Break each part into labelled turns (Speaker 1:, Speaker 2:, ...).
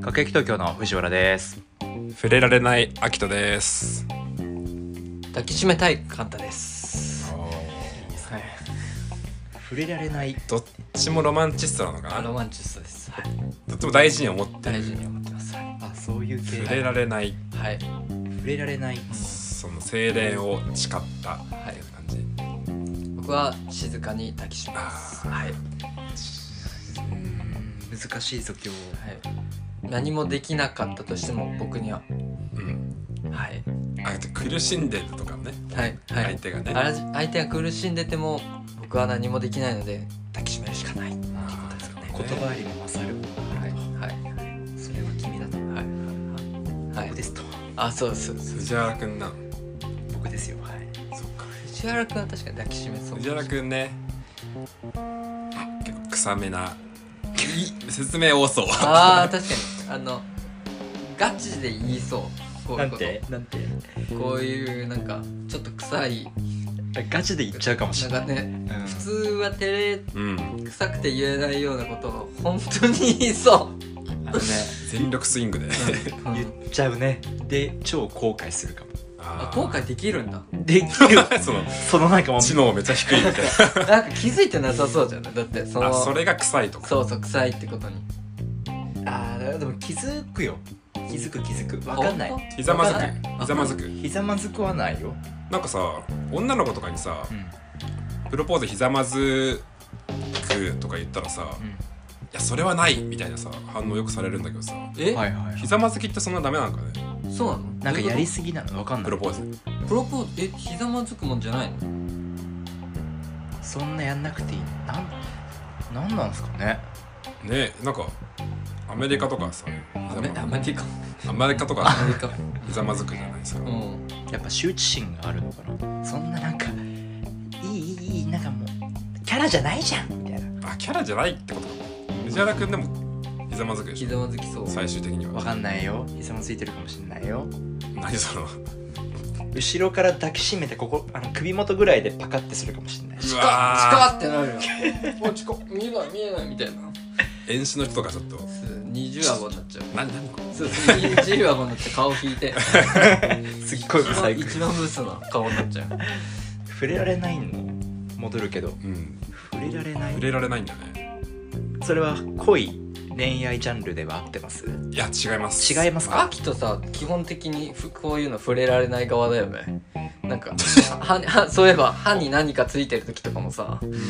Speaker 1: 各駅東京の藤原です。
Speaker 2: 触れられない秋人です。
Speaker 3: 抱きしめたいカンタです
Speaker 1: はい。触れられない。
Speaker 2: どっちもロマンチストなのか
Speaker 3: あロ
Speaker 2: な。
Speaker 3: マンチストです、はい、
Speaker 2: どっちも大事に思って
Speaker 3: 大
Speaker 2: る。
Speaker 3: 事に思ってますはい
Speaker 1: あ、そういう系。
Speaker 2: 触れられない、
Speaker 3: はい、
Speaker 1: 触れられない。
Speaker 2: その精霊を誓ったみたいな感じ。
Speaker 3: 僕は静かに抱きしめますはい、はい、
Speaker 1: 難しいぞ今日。
Speaker 3: 何もできなかったとしても僕には
Speaker 2: うん。
Speaker 3: はい
Speaker 2: あと苦しんでるとかもね、
Speaker 3: はいはい、
Speaker 2: 相手がね。
Speaker 3: あら相手が苦しんでても僕は何もできないので抱きしめるしかないっていうことですかね
Speaker 1: 言葉よりも勝る。
Speaker 3: はいはい
Speaker 1: それは君だと。
Speaker 3: はい、は
Speaker 1: 僕
Speaker 3: い
Speaker 1: で、すと。
Speaker 3: あそうですそうです
Speaker 2: 藤原くんなの。
Speaker 1: 僕ですよ。はい。
Speaker 2: そっか。
Speaker 3: 藤原君は確かに抱きしめそう
Speaker 2: 藤原くんね。結構臭めな。い説明多そう。
Speaker 3: あー確かにあのガチで言いそうこうい
Speaker 1: な
Speaker 3: うんこと
Speaker 1: てなんて。
Speaker 3: こういうなんかちょっと臭い
Speaker 1: ガチで言っちゃうかもしれない。
Speaker 3: なんかね
Speaker 1: うん
Speaker 3: 普通は照 れ
Speaker 2: うん。
Speaker 3: くさくて言えないようなことを本当に言いそ
Speaker 1: あのね、
Speaker 2: 全力スイングで。
Speaker 3: う、
Speaker 1: 言っちゃうね。で、超後悔するかも。
Speaker 2: あー
Speaker 3: あ 後悔できるんだ
Speaker 1: できる。
Speaker 2: その
Speaker 1: そのなんかもう
Speaker 2: 知能めっちゃ低いみたい
Speaker 3: なんか気づいてなさそうじゃないだってそ
Speaker 2: な。あ、
Speaker 3: の
Speaker 2: それが臭いとか。
Speaker 3: そうそう臭いってことに
Speaker 1: あーでも気づくよ気づく気づくわかんない
Speaker 3: 本当
Speaker 2: ひざまず
Speaker 3: わ
Speaker 2: く
Speaker 3: かんない。
Speaker 2: ひざまずく。
Speaker 1: ひざまずくはないよ、
Speaker 2: なんかさ、女の子とかにさ
Speaker 1: う、ん
Speaker 2: プロポーズひざまずくとか言ったらさ、いや、それはないみたいなさ、反応よくされるんだけどさ、
Speaker 3: え、
Speaker 1: はいはい
Speaker 2: ひざまずきってそんなダメなのかね、
Speaker 3: そうなの
Speaker 1: なんかやり
Speaker 3: す
Speaker 1: すぎなのわかんな
Speaker 2: プ
Speaker 1: い
Speaker 2: ロポーズ。
Speaker 3: プロポーズえひざまずくもんじゃないの
Speaker 1: そんなやんなくていいなんなんなんですかね
Speaker 2: ねなんか、アメリカとかさ、
Speaker 3: アメアメリカ
Speaker 2: アメリカとか
Speaker 3: アメリカ
Speaker 2: ひざまずくじゃないですか
Speaker 3: う。ん
Speaker 1: やっぱ羞恥心があるのかなそんななんかいいいいいいなんかもうキャラじゃないじゃんみたいな
Speaker 2: あ、キャラじゃないってことか。藤原くんでもひざまずくで
Speaker 3: ひ
Speaker 2: しょ、
Speaker 3: ざまずきそう
Speaker 2: 最終的に
Speaker 1: わ
Speaker 2: は。
Speaker 1: かんないよひざまずいてるかもしれないよ
Speaker 2: 何その、
Speaker 1: 後ろから抱きしめてここあの首元ぐらいでパカってするかもしれないう
Speaker 3: 近
Speaker 2: わ
Speaker 3: っってなるよもう近っ見えない見えないみたいな
Speaker 2: ー、遠視の人がちょっと、
Speaker 3: 二重顎になっちゃう
Speaker 2: 何、何これ
Speaker 3: そうそう二重顎になって顔引いて
Speaker 1: すっごい最高
Speaker 3: 一番ブスな顔になっちゃう
Speaker 1: 触れられないの戻るけど
Speaker 2: うん、
Speaker 1: 触れられない
Speaker 2: 触れられないんだね。
Speaker 1: それは恋恋愛ジャンルでは合ってます
Speaker 2: いや、違います。
Speaker 1: 違いますか
Speaker 3: 秋とさ基本的にふこういうの触れられない側だよねなんか歯に歯 そういえば歯に何かついてる時とかもさ
Speaker 1: あー、うん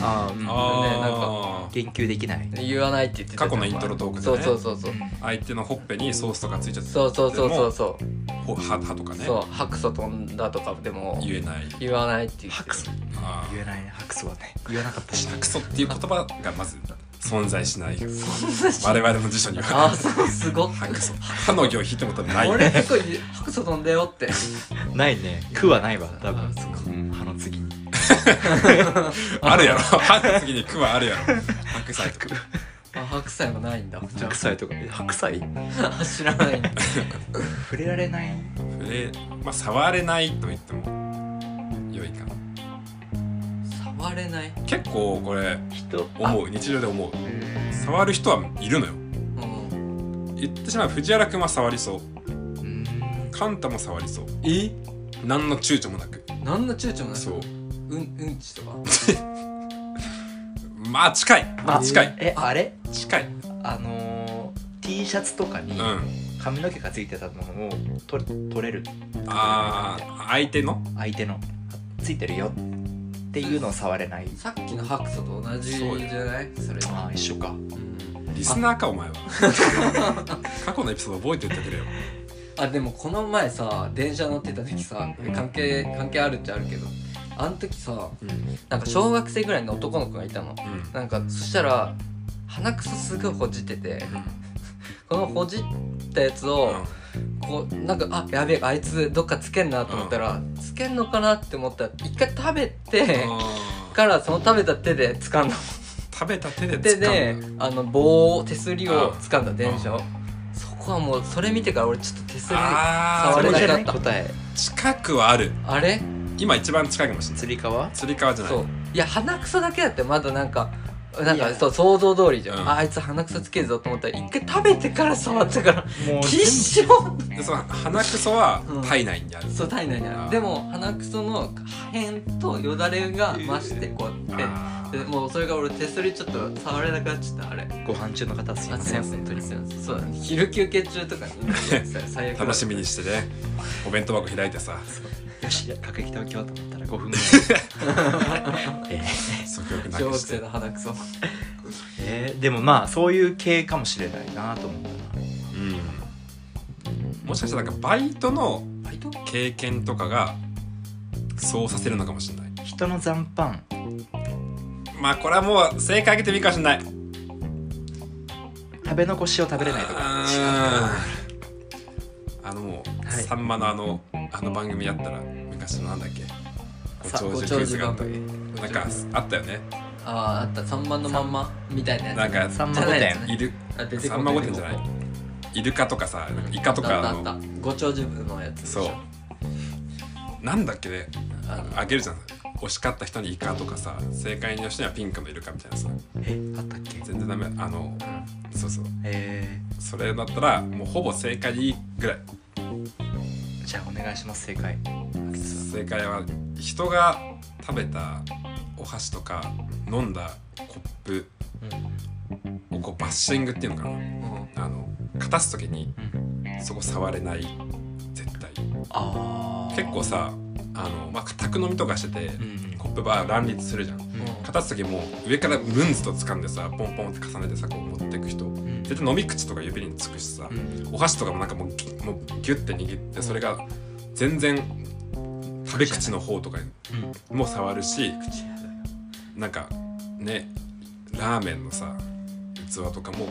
Speaker 3: ねなん
Speaker 2: あ
Speaker 1: 言及できない、
Speaker 3: 言わないって言ってたじゃん
Speaker 2: 過去のイントロトークで
Speaker 3: そ
Speaker 2: ね
Speaker 3: うそうそうそう
Speaker 2: あ相手のほっぺにソースとかついちゃって
Speaker 3: そうそうそうそうそ
Speaker 2: ほ歯歯とか
Speaker 3: う
Speaker 2: ね
Speaker 3: そう白素飛んだとかでも
Speaker 2: 言えない
Speaker 3: 言わないって言って
Speaker 1: 白素
Speaker 2: あ
Speaker 1: 言えないね白素はね言わなかったし
Speaker 2: あクソっていう言葉がまず存在しない
Speaker 3: あ
Speaker 2: 我々の辞書には
Speaker 3: あそうすごっ
Speaker 2: 歯クソ歯の行引いても多分ない
Speaker 3: 俺結構白素飛んだよって
Speaker 1: ないね苦はないわ多
Speaker 3: あ
Speaker 1: 分
Speaker 3: そっか
Speaker 1: うん歯の次に
Speaker 2: あるやろ歯の次に「く」はあるやろ白菜とか
Speaker 3: あ白菜もないんだじゃ
Speaker 1: 白菜とか白菜
Speaker 3: あ 知らないんだ
Speaker 1: 触れられない
Speaker 2: 触れまあ触れないと言っても良いかな
Speaker 3: 触れない
Speaker 2: 結構これ
Speaker 1: 人
Speaker 2: 思う日常で思う触る人はいるのよ
Speaker 3: うん
Speaker 2: 言ってしまえば藤原君は触りそう
Speaker 1: うん
Speaker 2: カンタも触りそうえ何の躊躇もなく
Speaker 3: 何の躊躇もない
Speaker 2: そう
Speaker 3: うんうんちとか
Speaker 2: まあ近いまあ近い
Speaker 1: えあれ
Speaker 2: 近い
Speaker 1: あのー T シャツとかに
Speaker 2: うん
Speaker 1: 髪の毛がついてたものを取取れる
Speaker 2: ああ相手の
Speaker 1: 相手のついてるよっていうのを触れない
Speaker 3: さっきの白素と同じじゃないそれ
Speaker 1: ああ一緒か
Speaker 3: うん
Speaker 2: リスナーかお前は過去のエピソード覚えておいてくれよ
Speaker 3: あでもこの前さ電車乗ってた時さ関係関係あるっちゃあるけどあの時さ
Speaker 2: うん
Speaker 3: なんか小学生ぐらいの男の子がいたのなんかそしたら鼻くそすごいほじっててこのほじったやつをこうなんかあやべえあいつどっかつけんなと思ったら、つけんのかなって思ったら一回食べて
Speaker 2: あー
Speaker 3: からその食べた手で掴んだ
Speaker 2: 食べた手で
Speaker 3: 手
Speaker 2: 掴んだ
Speaker 3: であの棒を手すりを掴んだ電車をそこはもうそれ見てから俺ちょっと手すりあ
Speaker 2: あ
Speaker 1: そ
Speaker 3: 触れ
Speaker 1: れ
Speaker 3: な
Speaker 1: じ
Speaker 3: い
Speaker 1: ゃ
Speaker 3: か
Speaker 1: な
Speaker 3: っ
Speaker 1: い
Speaker 3: た
Speaker 1: 答え
Speaker 2: 近くはある
Speaker 3: れ
Speaker 2: 今一番近いかもしれない
Speaker 1: つり革
Speaker 2: つり革じゃない
Speaker 3: そういや鼻くそだけだってまだなんかなん
Speaker 1: い
Speaker 3: か
Speaker 1: や
Speaker 3: そう想像通りじゃん、
Speaker 2: うん
Speaker 3: ああいつ鼻くそつけるぞと思ったら一回食べてから触ったから
Speaker 1: もう
Speaker 3: きっしょ
Speaker 2: でその鼻くそは
Speaker 3: うん
Speaker 2: 体内にある、
Speaker 3: そう体内にあ
Speaker 2: あー
Speaker 3: るでも鼻くその破片とよだれが増してこうやって。
Speaker 2: あ
Speaker 3: で
Speaker 2: ー
Speaker 3: もうそれが俺手すりちょっと触れなくなっちゃったあれ
Speaker 1: ご飯中の方すいません本当に
Speaker 3: すいませんそうだね昼休憩中とかに最悪だ
Speaker 2: 楽しみにしてねお弁当箱開いてさ
Speaker 1: よし各駅食べようと思ったら5分ぐらいえ
Speaker 2: 食欲な
Speaker 3: 小
Speaker 2: く
Speaker 3: 学
Speaker 2: して
Speaker 3: 生の鼻くそ
Speaker 1: ーえーでもまあそういう系かもしれないなと思った
Speaker 2: うんもしかしたらなんかバイトの
Speaker 3: バイト
Speaker 2: 経験とかがそうさせるのかもしれない
Speaker 1: な人の残飯
Speaker 2: まあこれはもう正解あげてみるかもしれない
Speaker 1: 食べ残しを食べれないとか
Speaker 2: うんあのもう、
Speaker 1: はい
Speaker 2: さんまのあのあの番組やったら昔のなんだっけご
Speaker 3: さ
Speaker 2: 長寿クイズがあった
Speaker 3: ご
Speaker 2: り
Speaker 3: 長寿
Speaker 2: なんかあったよね
Speaker 3: あああった3番のまんまみたいなやつ
Speaker 2: なんか
Speaker 1: さんま
Speaker 3: じゃ
Speaker 1: 御
Speaker 3: ない
Speaker 1: 殿
Speaker 3: やつね
Speaker 2: イル
Speaker 3: あ出て
Speaker 2: さ
Speaker 3: こ
Speaker 2: ん
Speaker 3: な
Speaker 2: ま
Speaker 3: い
Speaker 2: 御殿じゃないイルカとかさなんかイカと
Speaker 3: あ
Speaker 2: かあ
Speaker 3: ったあ
Speaker 2: の
Speaker 3: ったご長寿部のやつでし
Speaker 2: そ
Speaker 3: ょ
Speaker 2: うなんだっけね
Speaker 3: あの
Speaker 2: あげるじゃん惜しかった人にイカとかさ正解の人にはピンクのイルカみたいなさ
Speaker 1: えあったっけ
Speaker 2: 全然ダメあのそうそう
Speaker 1: え
Speaker 2: それだったらもうほぼ正解でいいぐらい
Speaker 1: ー、じゃあお願いします正解
Speaker 2: 正解は人が食べたお箸とか飲んだコップをこうバッシングっていうのかな
Speaker 3: うん
Speaker 2: あのかたす時に
Speaker 1: うん
Speaker 2: そこ触れない絶対
Speaker 1: あー
Speaker 2: 結構さあの、まあ、宅飲みとかしてて、
Speaker 1: うん
Speaker 2: コップバー乱立するじゃん
Speaker 3: うん
Speaker 2: 片す時も上からムンズと掴んでさポンポンって重ねてさこう持っていく人
Speaker 1: うん
Speaker 2: 絶対飲み口とか指につくしさ、
Speaker 1: うん
Speaker 2: お箸とかもなんかもうぎもうギュッて握ってそれが全然食べ口の方とかに
Speaker 1: うん
Speaker 2: も触るしなんかねラーメンのさ器とかも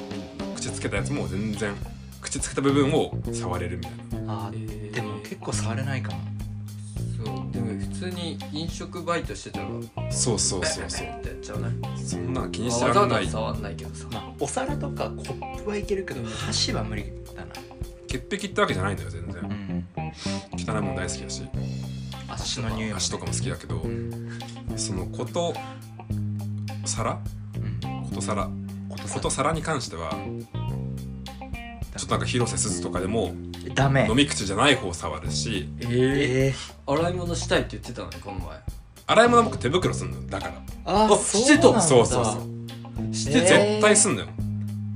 Speaker 2: 口つけたやつも全然口つけた部分を触れるみたいな
Speaker 1: あー
Speaker 3: えー
Speaker 1: でも結構触れないかも
Speaker 3: そうでも普通に飲食バイトしてたら
Speaker 2: そうそうそうそう
Speaker 3: ってやっちゃうね
Speaker 2: そんなの気に
Speaker 3: わ
Speaker 2: して
Speaker 3: ざ
Speaker 2: ら
Speaker 3: わ
Speaker 2: れな
Speaker 3: ざ
Speaker 2: い
Speaker 3: 触んないけどさ
Speaker 1: まあお皿とかコップはいけるけど箸は無理だな
Speaker 2: 潔癖ってわけじゃないんだよ全然
Speaker 1: ん
Speaker 2: 汚いもん大好きだし
Speaker 1: 足の匂いも
Speaker 2: 足とかも好きだけど
Speaker 1: うん
Speaker 2: そのこと皿
Speaker 1: うん
Speaker 2: こと皿こと皿に関してはちょっとなんか広瀬すずとかでも
Speaker 1: ダメ
Speaker 2: 飲み口じゃない方触るし
Speaker 3: ええ
Speaker 1: えー、
Speaker 3: 洗い物したいって言ってたのにこの
Speaker 2: 洗い物は僕手袋すんのよだから
Speaker 1: あ
Speaker 3: あしてた
Speaker 1: なんだ
Speaker 2: そうそうそう
Speaker 3: 前して
Speaker 1: えー
Speaker 3: た、
Speaker 2: 絶対すんのよ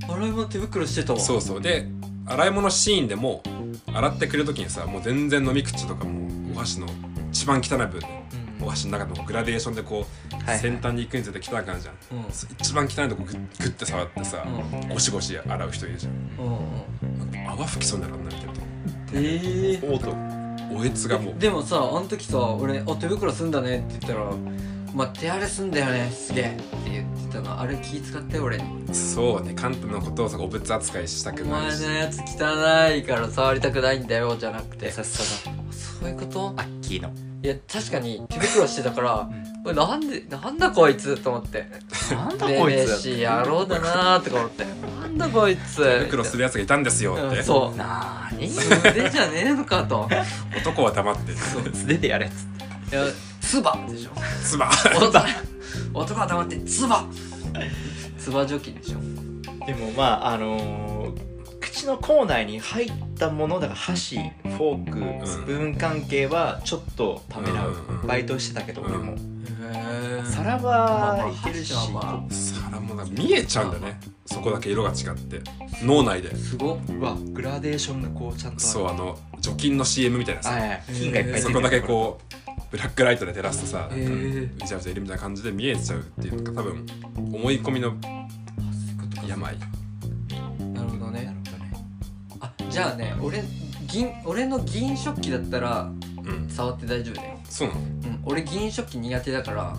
Speaker 3: 洗い物手袋してたわ
Speaker 2: そうそうで洗い物シーンでも洗ってくる時にさもう全然飲み口とかもうお箸の一番汚い部分ね
Speaker 1: うん
Speaker 2: お箸の中のグラデーションでこう
Speaker 1: はい
Speaker 2: 先端に行くにつれて汚くなるじゃん
Speaker 3: うんうん
Speaker 2: 一番汚いとこグッグッて触ってさゴシゴシ洗う人いるじゃん
Speaker 3: うんうん
Speaker 2: 泡吹きそうになるんだけど
Speaker 3: ええ
Speaker 1: オート
Speaker 2: おえつがもう
Speaker 3: でもさあの時さ俺「あ手袋すんだね」って言ったら「まあ、手荒れすんだよねすげえ」って言ってたのあれ気使って俺に
Speaker 2: そうねカントのことをさお物扱いした
Speaker 3: 「
Speaker 2: く
Speaker 3: お
Speaker 2: ない
Speaker 3: 前
Speaker 2: し
Speaker 3: のやつ汚いから触りたくないんだよ」じゃなく
Speaker 1: 優
Speaker 3: て
Speaker 1: しさ
Speaker 3: そういうこと
Speaker 1: がアッキーの
Speaker 3: いや確かに手袋してたから
Speaker 1: ん
Speaker 3: 「おいなんでなんだこいつ」と思って
Speaker 1: なんだ
Speaker 3: 「
Speaker 1: こい
Speaker 3: レ
Speaker 1: つ
Speaker 3: しい野郎だな」とか思って「なんだこいつ」
Speaker 2: 手袋するやつがいたんですよっ
Speaker 3: うん
Speaker 2: て
Speaker 3: そ
Speaker 1: なー
Speaker 3: う
Speaker 1: に
Speaker 3: 腕じゃねえのかと
Speaker 2: 男は黙っ て
Speaker 1: 素手でやれっつっ
Speaker 3: いやツバでしょ
Speaker 2: つば
Speaker 3: 男男は黙ってツバツバ除菌でしょ
Speaker 1: てでもまああのー口の口内に入ったものだから箸フォークスプーン関係はちょっとためらう、
Speaker 2: うんうん
Speaker 1: バイトしてたけど俺も、
Speaker 3: へ
Speaker 1: 皿
Speaker 3: まあまあ
Speaker 1: はいけるし、
Speaker 3: 箸はま
Speaker 2: 皿もなんか見えちゃうんだねそこだけ色が違って脳内です
Speaker 3: ごっ
Speaker 1: うわグラデーションがこうちゃんとある
Speaker 2: そうあの除菌の CM みたいなさ
Speaker 1: はい金がいっぱい
Speaker 2: そこだけこうブラックライトで照らすとさ
Speaker 3: へー
Speaker 2: めちゃめちゃいるみたいな感じで見えちゃうっていうのが多分思い込みの病
Speaker 3: なるほど
Speaker 1: うなるほど
Speaker 3: ね
Speaker 1: ね
Speaker 3: あじゃあね俺銀俺の銀食器だったら
Speaker 2: うん
Speaker 3: 触って大丈夫だよ、
Speaker 2: そうなの
Speaker 3: うん、俺銀食器苦手だから
Speaker 2: う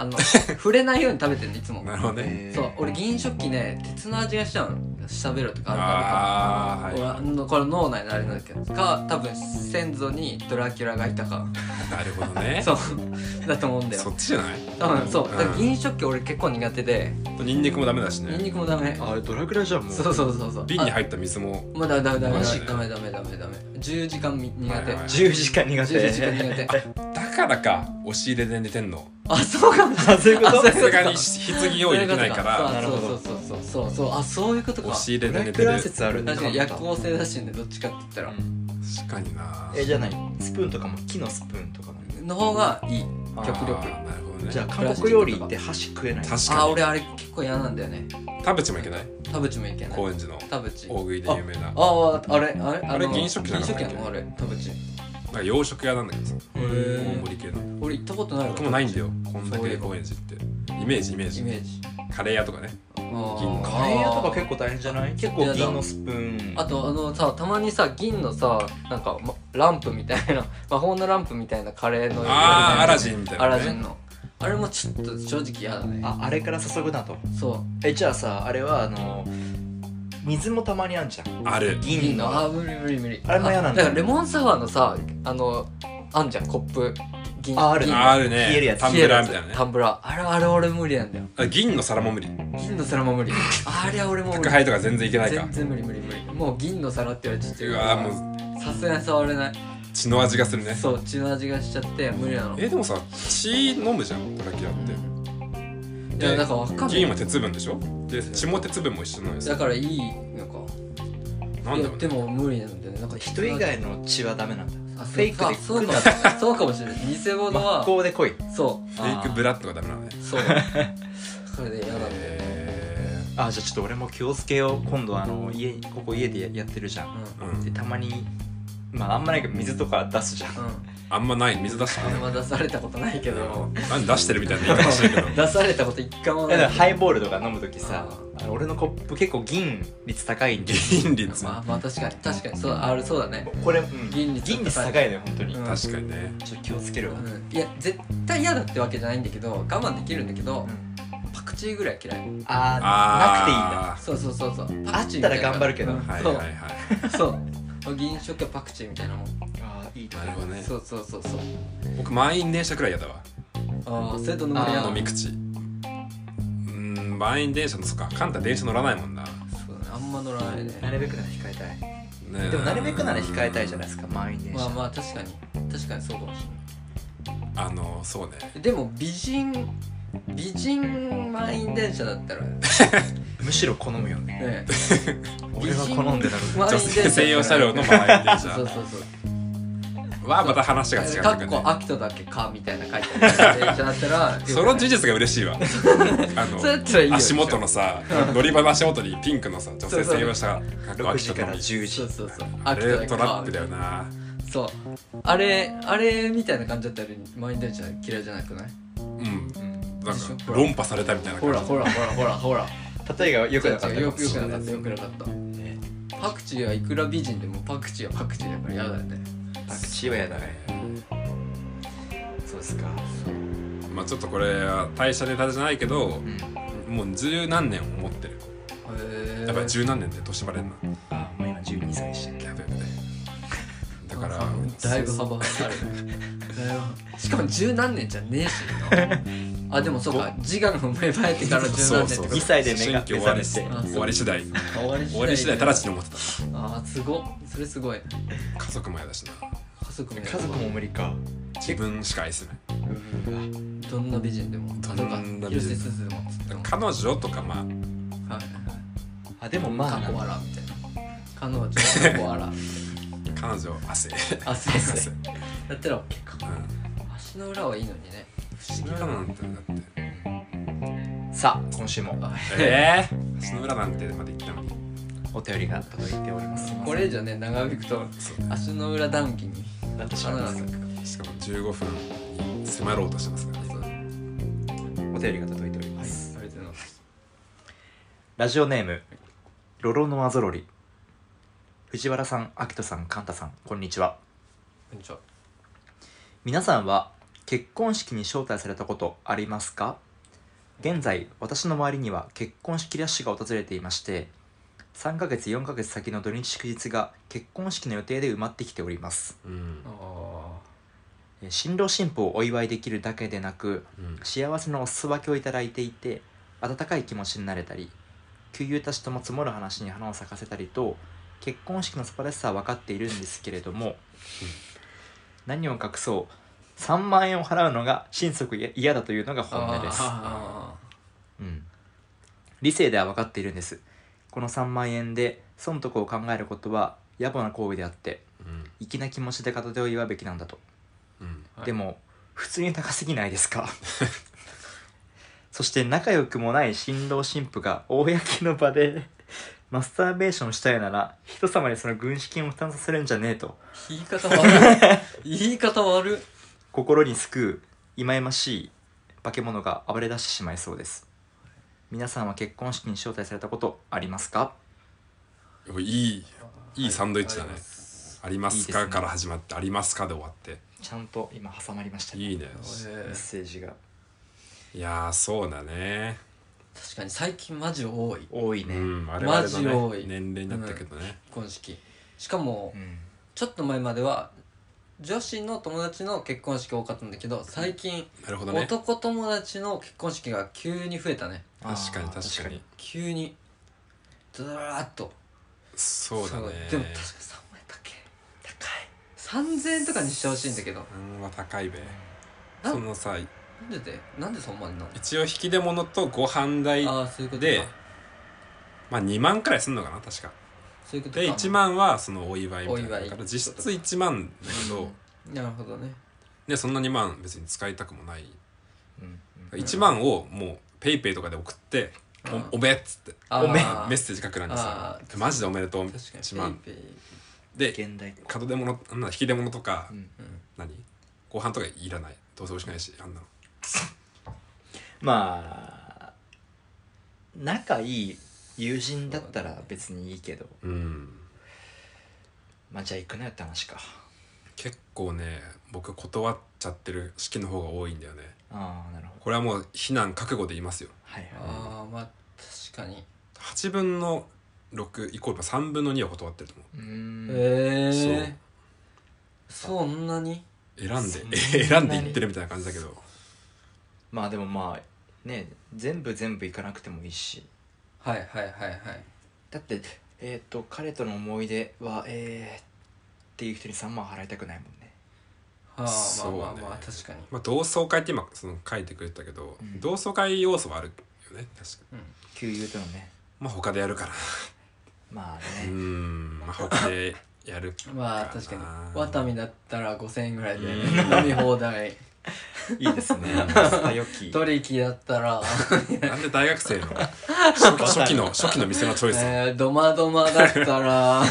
Speaker 3: あの 触れないように食べてるのいつも
Speaker 2: んなるほどね
Speaker 1: えー
Speaker 3: そう俺銀食器ね鉄の味がしちゃうのしゃべるとかあるから
Speaker 2: ああはい
Speaker 3: 俺あのこれ脳内のあれなんだけどか多分先祖にドラキュラがいたか
Speaker 2: なるほどね
Speaker 3: そうだと思うんだ
Speaker 2: そ
Speaker 3: よ
Speaker 2: っちじゃない
Speaker 3: 多分そうだから
Speaker 2: うん
Speaker 3: 銀食器俺結構苦手で
Speaker 2: ニンニクもダメだし
Speaker 3: ニン
Speaker 2: ね
Speaker 3: ニクもダメ
Speaker 1: あれドラクラじゃんもう
Speaker 3: そうそうそうそう
Speaker 2: 瓶に入った水も
Speaker 3: まだダメダメ
Speaker 2: マ
Speaker 3: ダ
Speaker 2: ジ
Speaker 3: メダメダメダメダメ10時間み苦手、
Speaker 2: はいはい
Speaker 1: 10時間苦手
Speaker 3: 10時間苦手
Speaker 2: だかからか押し入れで寝てんの
Speaker 3: あそうか も
Speaker 1: あそういうこ
Speaker 3: あ
Speaker 1: と
Speaker 3: そう
Speaker 2: さすがに棺用意できないから
Speaker 1: なる
Speaker 3: そ
Speaker 1: ほ
Speaker 3: う
Speaker 1: ど
Speaker 3: そうそうそうそうそうあそういうことか
Speaker 2: 押し入れ
Speaker 1: ブラ
Speaker 2: で
Speaker 1: ッ
Speaker 2: 寝て
Speaker 1: ク
Speaker 2: る
Speaker 1: ラン説ある
Speaker 3: 確かに夜行性だしねどっちかって言ったら
Speaker 2: 確かにな
Speaker 1: えじゃないスプーンとかも木のスプーンとかも
Speaker 3: の方がいい
Speaker 2: あー
Speaker 3: 極力
Speaker 2: なるほどね
Speaker 1: じゃあ韓国料理って箸食えない
Speaker 2: 確
Speaker 3: あ
Speaker 2: か
Speaker 3: 俺あれ結構嫌なんだよね
Speaker 2: に田淵もいけない
Speaker 3: 田淵もいけない
Speaker 2: 高円寺の
Speaker 3: 田淵
Speaker 2: 大食いで有名な
Speaker 3: あああれあれ
Speaker 2: あれ
Speaker 3: の
Speaker 2: 銀食じゃなかったっけ
Speaker 3: 銀食やのあれ田淵
Speaker 2: なんか洋食屋なんだけどさ大
Speaker 3: ー
Speaker 2: 盛り系の
Speaker 3: 俺行ったことないわ
Speaker 2: 僕もないんだよこんだけ高円寺ってイメージイメー
Speaker 3: イ
Speaker 2: ジ
Speaker 3: メージ
Speaker 2: カレー屋とかね
Speaker 3: あー
Speaker 2: 銀
Speaker 1: カレー屋とか結構大変じゃない結構銀のスプーン
Speaker 3: あとあのさたまにさ銀のさなんか、ま、ランプみたいな 魔法のランプみたいなカレーの
Speaker 2: ああアラジンみたい
Speaker 3: ア
Speaker 2: な
Speaker 3: ラジン
Speaker 2: ね
Speaker 3: のあれもちょっと正直嫌だね
Speaker 1: ああれから注ぐなと
Speaker 3: そ
Speaker 1: えじゃあさあれはあの水もたまにあんじゃん
Speaker 2: ある
Speaker 3: う
Speaker 1: 銀
Speaker 3: 銀の
Speaker 1: の
Speaker 3: あー無理無理無理
Speaker 1: あれも嫌なんだ
Speaker 3: だからレモンサワーのさあのあんじゃんコップ銀
Speaker 1: あある
Speaker 3: 銀
Speaker 2: ある
Speaker 1: 消えるや
Speaker 2: ね
Speaker 1: つ
Speaker 2: タンブラーみたいなね
Speaker 3: タンブラーあれあれ俺無理なんだよ
Speaker 2: あ銀の皿も無理
Speaker 3: 銀の皿も無理あれは俺も無
Speaker 2: 宅
Speaker 3: 理
Speaker 2: 配とか全然いけないか
Speaker 3: 全然無理無理無理もう銀の皿って言われちゃって
Speaker 2: う
Speaker 3: るか
Speaker 2: わ
Speaker 3: ら
Speaker 2: ーもう
Speaker 3: さすがに触れない、
Speaker 2: 血の味がするね
Speaker 3: そう血の味がしちゃって無理なの
Speaker 2: えでもさ血飲むじゃんドラキュラって
Speaker 3: いやだからわかんない
Speaker 2: 銀は鉄分でしょで血も鉄分も一緒なのよ
Speaker 3: だからいいのか
Speaker 2: なんだろう
Speaker 3: いやで
Speaker 2: ね
Speaker 3: も無理なんだよねなんか
Speaker 1: 人以外の血はダメなんだ
Speaker 3: あ
Speaker 1: フェイクで
Speaker 3: そう
Speaker 1: 食
Speaker 3: あ
Speaker 1: うな
Speaker 3: そうかもそうかもしれない偽物
Speaker 1: 真っ
Speaker 3: は
Speaker 1: 向で来い
Speaker 3: そう
Speaker 2: フェイクブラッドがダメなのね
Speaker 3: そう それで嫌なんだよね、
Speaker 2: へ
Speaker 1: あじゃあちょっと俺も気をつけよう今度あの家ここ家でややってるじゃん
Speaker 2: ーう
Speaker 1: で
Speaker 2: ん
Speaker 1: たまにまああんまないけど水とか出す じゃん
Speaker 3: うんうん
Speaker 2: あんまない水出して
Speaker 3: あん
Speaker 2: ない
Speaker 3: ま出されたことないけど
Speaker 2: 何出してるみたいな言い方してるけど
Speaker 3: 出されたこと一回も
Speaker 1: だ
Speaker 3: な
Speaker 1: か
Speaker 3: い
Speaker 1: らハイボールとか飲む時さあの俺のコップ結構銀率高いんで
Speaker 2: 銀率
Speaker 3: まあまあ確かに確かにそうあるそうだね
Speaker 1: これ、うん、
Speaker 3: 銀率高い
Speaker 1: 銀率高いのよ本当に、
Speaker 3: うん
Speaker 2: 確かにね
Speaker 1: ちょっと気をつけるわ、
Speaker 3: うんいや絶対嫌だってわけじゃないんだけど我慢できるんだけど
Speaker 1: うん
Speaker 3: パクチーぐらい嫌い
Speaker 1: あ
Speaker 2: あ
Speaker 3: そうそうそうそう
Speaker 1: あったら頑張るけど
Speaker 2: ーはい
Speaker 3: そう
Speaker 2: はいはい
Speaker 3: そう銀色パクチーみたいなもん
Speaker 1: ーなくていいんだあーいいと
Speaker 2: なるほどね
Speaker 3: そうそうそうそう
Speaker 2: 僕満員電車くらいやだわ
Speaker 3: ああそれと飲まれや
Speaker 1: あー
Speaker 2: 飲み口うーん満員電車のそっかカンタ電車乗らないもんな
Speaker 3: そうだねあんま乗らないね
Speaker 1: なるべくなら控えたい
Speaker 2: ね
Speaker 1: でもなるべくなら控えたいじゃないですか満員電車、
Speaker 3: まあまあ確かに確かにそうかもしれ
Speaker 2: あのそうね
Speaker 3: ないでも美人美人満員電車だったらね
Speaker 1: むしろ好むよね
Speaker 3: え
Speaker 1: 俺は好んでたの
Speaker 3: 満員
Speaker 2: 女
Speaker 3: 電車
Speaker 2: 性専用車両の満員電
Speaker 3: そう
Speaker 2: 車
Speaker 3: そうそう
Speaker 2: はまた話が違って
Speaker 3: か
Speaker 2: く
Speaker 3: っ
Speaker 2: る
Speaker 3: こ
Speaker 2: ね
Speaker 3: 「秋とだけか」みたいな書いてある電車だったら
Speaker 2: その事実が嬉しい わあの
Speaker 3: それだったらいいよ
Speaker 2: 足元のさ乗り場の足元にピンクのさ女性専用車が
Speaker 1: 6時から
Speaker 2: に
Speaker 1: 10
Speaker 3: そう
Speaker 1: 時
Speaker 3: そうそう
Speaker 2: あ
Speaker 3: 秋とだ
Speaker 2: れ
Speaker 3: け
Speaker 2: ト
Speaker 3: か
Speaker 2: ラップだよな
Speaker 3: そうあれあれみたいな感じだったら満員電車嫌いじゃなくない
Speaker 2: うんなん
Speaker 3: でし
Speaker 2: か
Speaker 3: ょ
Speaker 2: 論破されたみたいな
Speaker 3: ほら
Speaker 2: 感
Speaker 3: ほらほらほらほら
Speaker 1: 例えが良くなかった
Speaker 3: 違う違うよ
Speaker 1: もしれ
Speaker 3: くな
Speaker 1: い
Speaker 3: かった
Speaker 1: です
Speaker 3: よくなかったパクチーはいくら美人でもパクチーはパクチーだから嫌だよね
Speaker 1: パクチーはやだねそうですか
Speaker 2: じまあちょっとこれは大したネタじゃないけど
Speaker 1: うん
Speaker 2: もう十何年思ってる
Speaker 3: へえ
Speaker 2: やっぱり十何年で年ばれんな
Speaker 1: あもう今12歳でしたっけ
Speaker 2: やべやべだから
Speaker 3: だいぶ幅があるだいぶ しかも十何年じゃねえしあでもそうか自我が芽生えてから十
Speaker 2: そうそう
Speaker 3: 何年って
Speaker 2: そう
Speaker 1: 二歳で目が
Speaker 2: 新居終わり
Speaker 1: 目覚め
Speaker 3: てあそう
Speaker 2: 終わり次第
Speaker 3: 終わり次第
Speaker 2: 終わり次第直ちに思って
Speaker 3: ああすごっそれすごい
Speaker 2: た家族もやだしな
Speaker 3: 家族もやる
Speaker 1: 家族も無理か
Speaker 2: 自分しか愛せない
Speaker 3: どんな美人でも
Speaker 2: どんな美人
Speaker 3: あそうか広瀬すずでもつっても
Speaker 2: 彼女とかまあ
Speaker 3: はい
Speaker 1: あでもま
Speaker 3: 過
Speaker 1: あ
Speaker 3: 去わらみたいな彼女過去わ ら
Speaker 2: 彼女汗
Speaker 3: あそうで
Speaker 2: 汗
Speaker 3: すだったら OK か
Speaker 2: うん
Speaker 3: 足の裏はいいのにね
Speaker 2: 不思議だなんてだって
Speaker 1: さあ今週も
Speaker 2: ええ足の裏なんてまで行ったのに
Speaker 1: お便りが届いております
Speaker 3: これ以上ね長引くと
Speaker 2: そうね
Speaker 3: 足の裏談義に
Speaker 1: なってしまい
Speaker 3: 花
Speaker 1: ま
Speaker 3: が
Speaker 1: す
Speaker 3: 咲くか
Speaker 2: しかも15分に迫ろうとしてますからね
Speaker 3: らそうあり
Speaker 1: お便りが届いております
Speaker 3: がとうございます
Speaker 1: ラジオネームロロノアゾロリ藤原さん、秋人さん、カンタさん、こんにちは
Speaker 3: こんにちは
Speaker 1: 皆さんは結婚式に招待されたことありますか現在私の周りには結婚式ラッシュが訪れていまして3ヶ月4ヶ月先の土日祝日が結婚式の予定で埋まってきております
Speaker 2: うん
Speaker 3: あ
Speaker 1: えー新郎新婦をお祝いできるだけでなく
Speaker 2: うん
Speaker 1: 幸せのお裾分けをいただいていて温かい気持ちになれたり旧友たちとも積もる話に花を咲かせたりと結婚式の素晴らしさは分かっているんですけれども何を隠そう3万円を払うのが心底いや嫌だというのが本音です、
Speaker 3: あ
Speaker 1: うん、理性では分かっているんですこの3万円で損得を考えることは野暮な行為であって
Speaker 2: うん
Speaker 1: 粋な気持ちで片手を祝うべきなんだと
Speaker 2: うん
Speaker 3: はい
Speaker 1: でも普通に高すぎないですか そして仲良くもない新郎新婦が公の場で マスターベーションしたいなら人様にその軍資金を負担させるんじゃねえと
Speaker 3: ー言い方悪い言い方悪い
Speaker 1: 心に救う忌々しい化け物が暴れ出してしまいそうです皆さんは結婚式に招待されたことありますか
Speaker 2: やっぱいいいいサンドイッチだね
Speaker 3: はい
Speaker 2: 「あります
Speaker 1: いいです
Speaker 2: か?」
Speaker 1: ね
Speaker 2: から始まって「ありますか?」で終わって
Speaker 1: ちゃんと今挟まりましたね
Speaker 2: いいね
Speaker 1: メ
Speaker 3: え
Speaker 1: ッ
Speaker 3: ー
Speaker 1: セージが
Speaker 2: いやーそうだね
Speaker 3: 確かに最近マジ多い
Speaker 1: 多いうね、
Speaker 2: ん我々
Speaker 3: マジ
Speaker 2: の
Speaker 3: 多
Speaker 2: ね
Speaker 3: い
Speaker 2: 年齢になったけどね
Speaker 3: 結婚式しかも
Speaker 1: うん
Speaker 3: ちょっと前までは女子の友達の結婚式多かったんだけど最近
Speaker 2: なるほどね
Speaker 3: 男友達の結婚式が急に増えたね
Speaker 2: 確かに
Speaker 1: あー
Speaker 2: 確かに
Speaker 3: 急にドドララっと
Speaker 2: そうだね
Speaker 3: でも確かに3万円だけ高い3000円とかにしてほしいんだけど
Speaker 2: うんは高いべ
Speaker 3: な
Speaker 2: そのさ
Speaker 3: なんででなんで3万円なの
Speaker 2: 一応引き出物とご飯代
Speaker 3: ああそういうことか
Speaker 2: でまあ2万くらいすんのかな確か
Speaker 3: そういうことか
Speaker 2: で1万はそのお祝いみたいな
Speaker 3: お祝い
Speaker 2: だから実質1万だけど
Speaker 3: なるほどね
Speaker 2: でそんな2万別に使いたくもない
Speaker 1: うんうん
Speaker 2: 1万をもうペイペイとかで送って「おおめ」っつって
Speaker 3: あー
Speaker 2: おめメッセージ書くなんかさ
Speaker 3: あー
Speaker 2: マジでおめでとう
Speaker 3: 確
Speaker 2: 1
Speaker 3: かに
Speaker 2: 万
Speaker 3: ペイペイ
Speaker 2: で
Speaker 1: 現代っ子
Speaker 2: 門出物なんだ引き出物とか
Speaker 1: うん
Speaker 2: 何ご飯とかいらないどうせ美味しくないしあんなの
Speaker 1: まあ仲いい友人だったら別にいいけど
Speaker 2: うん
Speaker 1: まあじゃあ行くなよって話か
Speaker 2: 結構ね僕断っちゃってる式の方が多いんだよね
Speaker 1: ああなるほど
Speaker 2: これはもう非難覚悟で言いますよ
Speaker 1: はいは
Speaker 3: ああまあ確かに
Speaker 2: 8分の6イコール3分の2は断ってると思う
Speaker 1: いうーん
Speaker 3: え
Speaker 2: そう
Speaker 3: えそんなに
Speaker 2: 選んで
Speaker 1: そんなに
Speaker 2: 選んでいってるみたいな感じだけど
Speaker 1: まあでもまあね全部全部行かなくてもいいし
Speaker 3: はいはいはいはい
Speaker 1: だってえっ、と彼との思い出はえー、っていう人に3万払いたくないもんね
Speaker 3: ああ
Speaker 2: そうね
Speaker 3: まあまあまあ確かに
Speaker 2: まあ、同窓会って今その書いてくれてたけど、
Speaker 1: うん
Speaker 2: 同窓会要素はあるよね確かに
Speaker 3: うん
Speaker 1: 旧友とのね
Speaker 2: まあ他でやるから
Speaker 1: まあ
Speaker 2: う
Speaker 1: ね
Speaker 2: ーんまあ他でやるかな
Speaker 3: まあ確かにワタミだったら5000円ぐらいで
Speaker 2: うん
Speaker 3: 飲み放題
Speaker 1: いいですねさよき
Speaker 3: トリキだったら
Speaker 2: なんで大学生の初期初期の初期の店のチョイス、
Speaker 3: えードマドマだった ら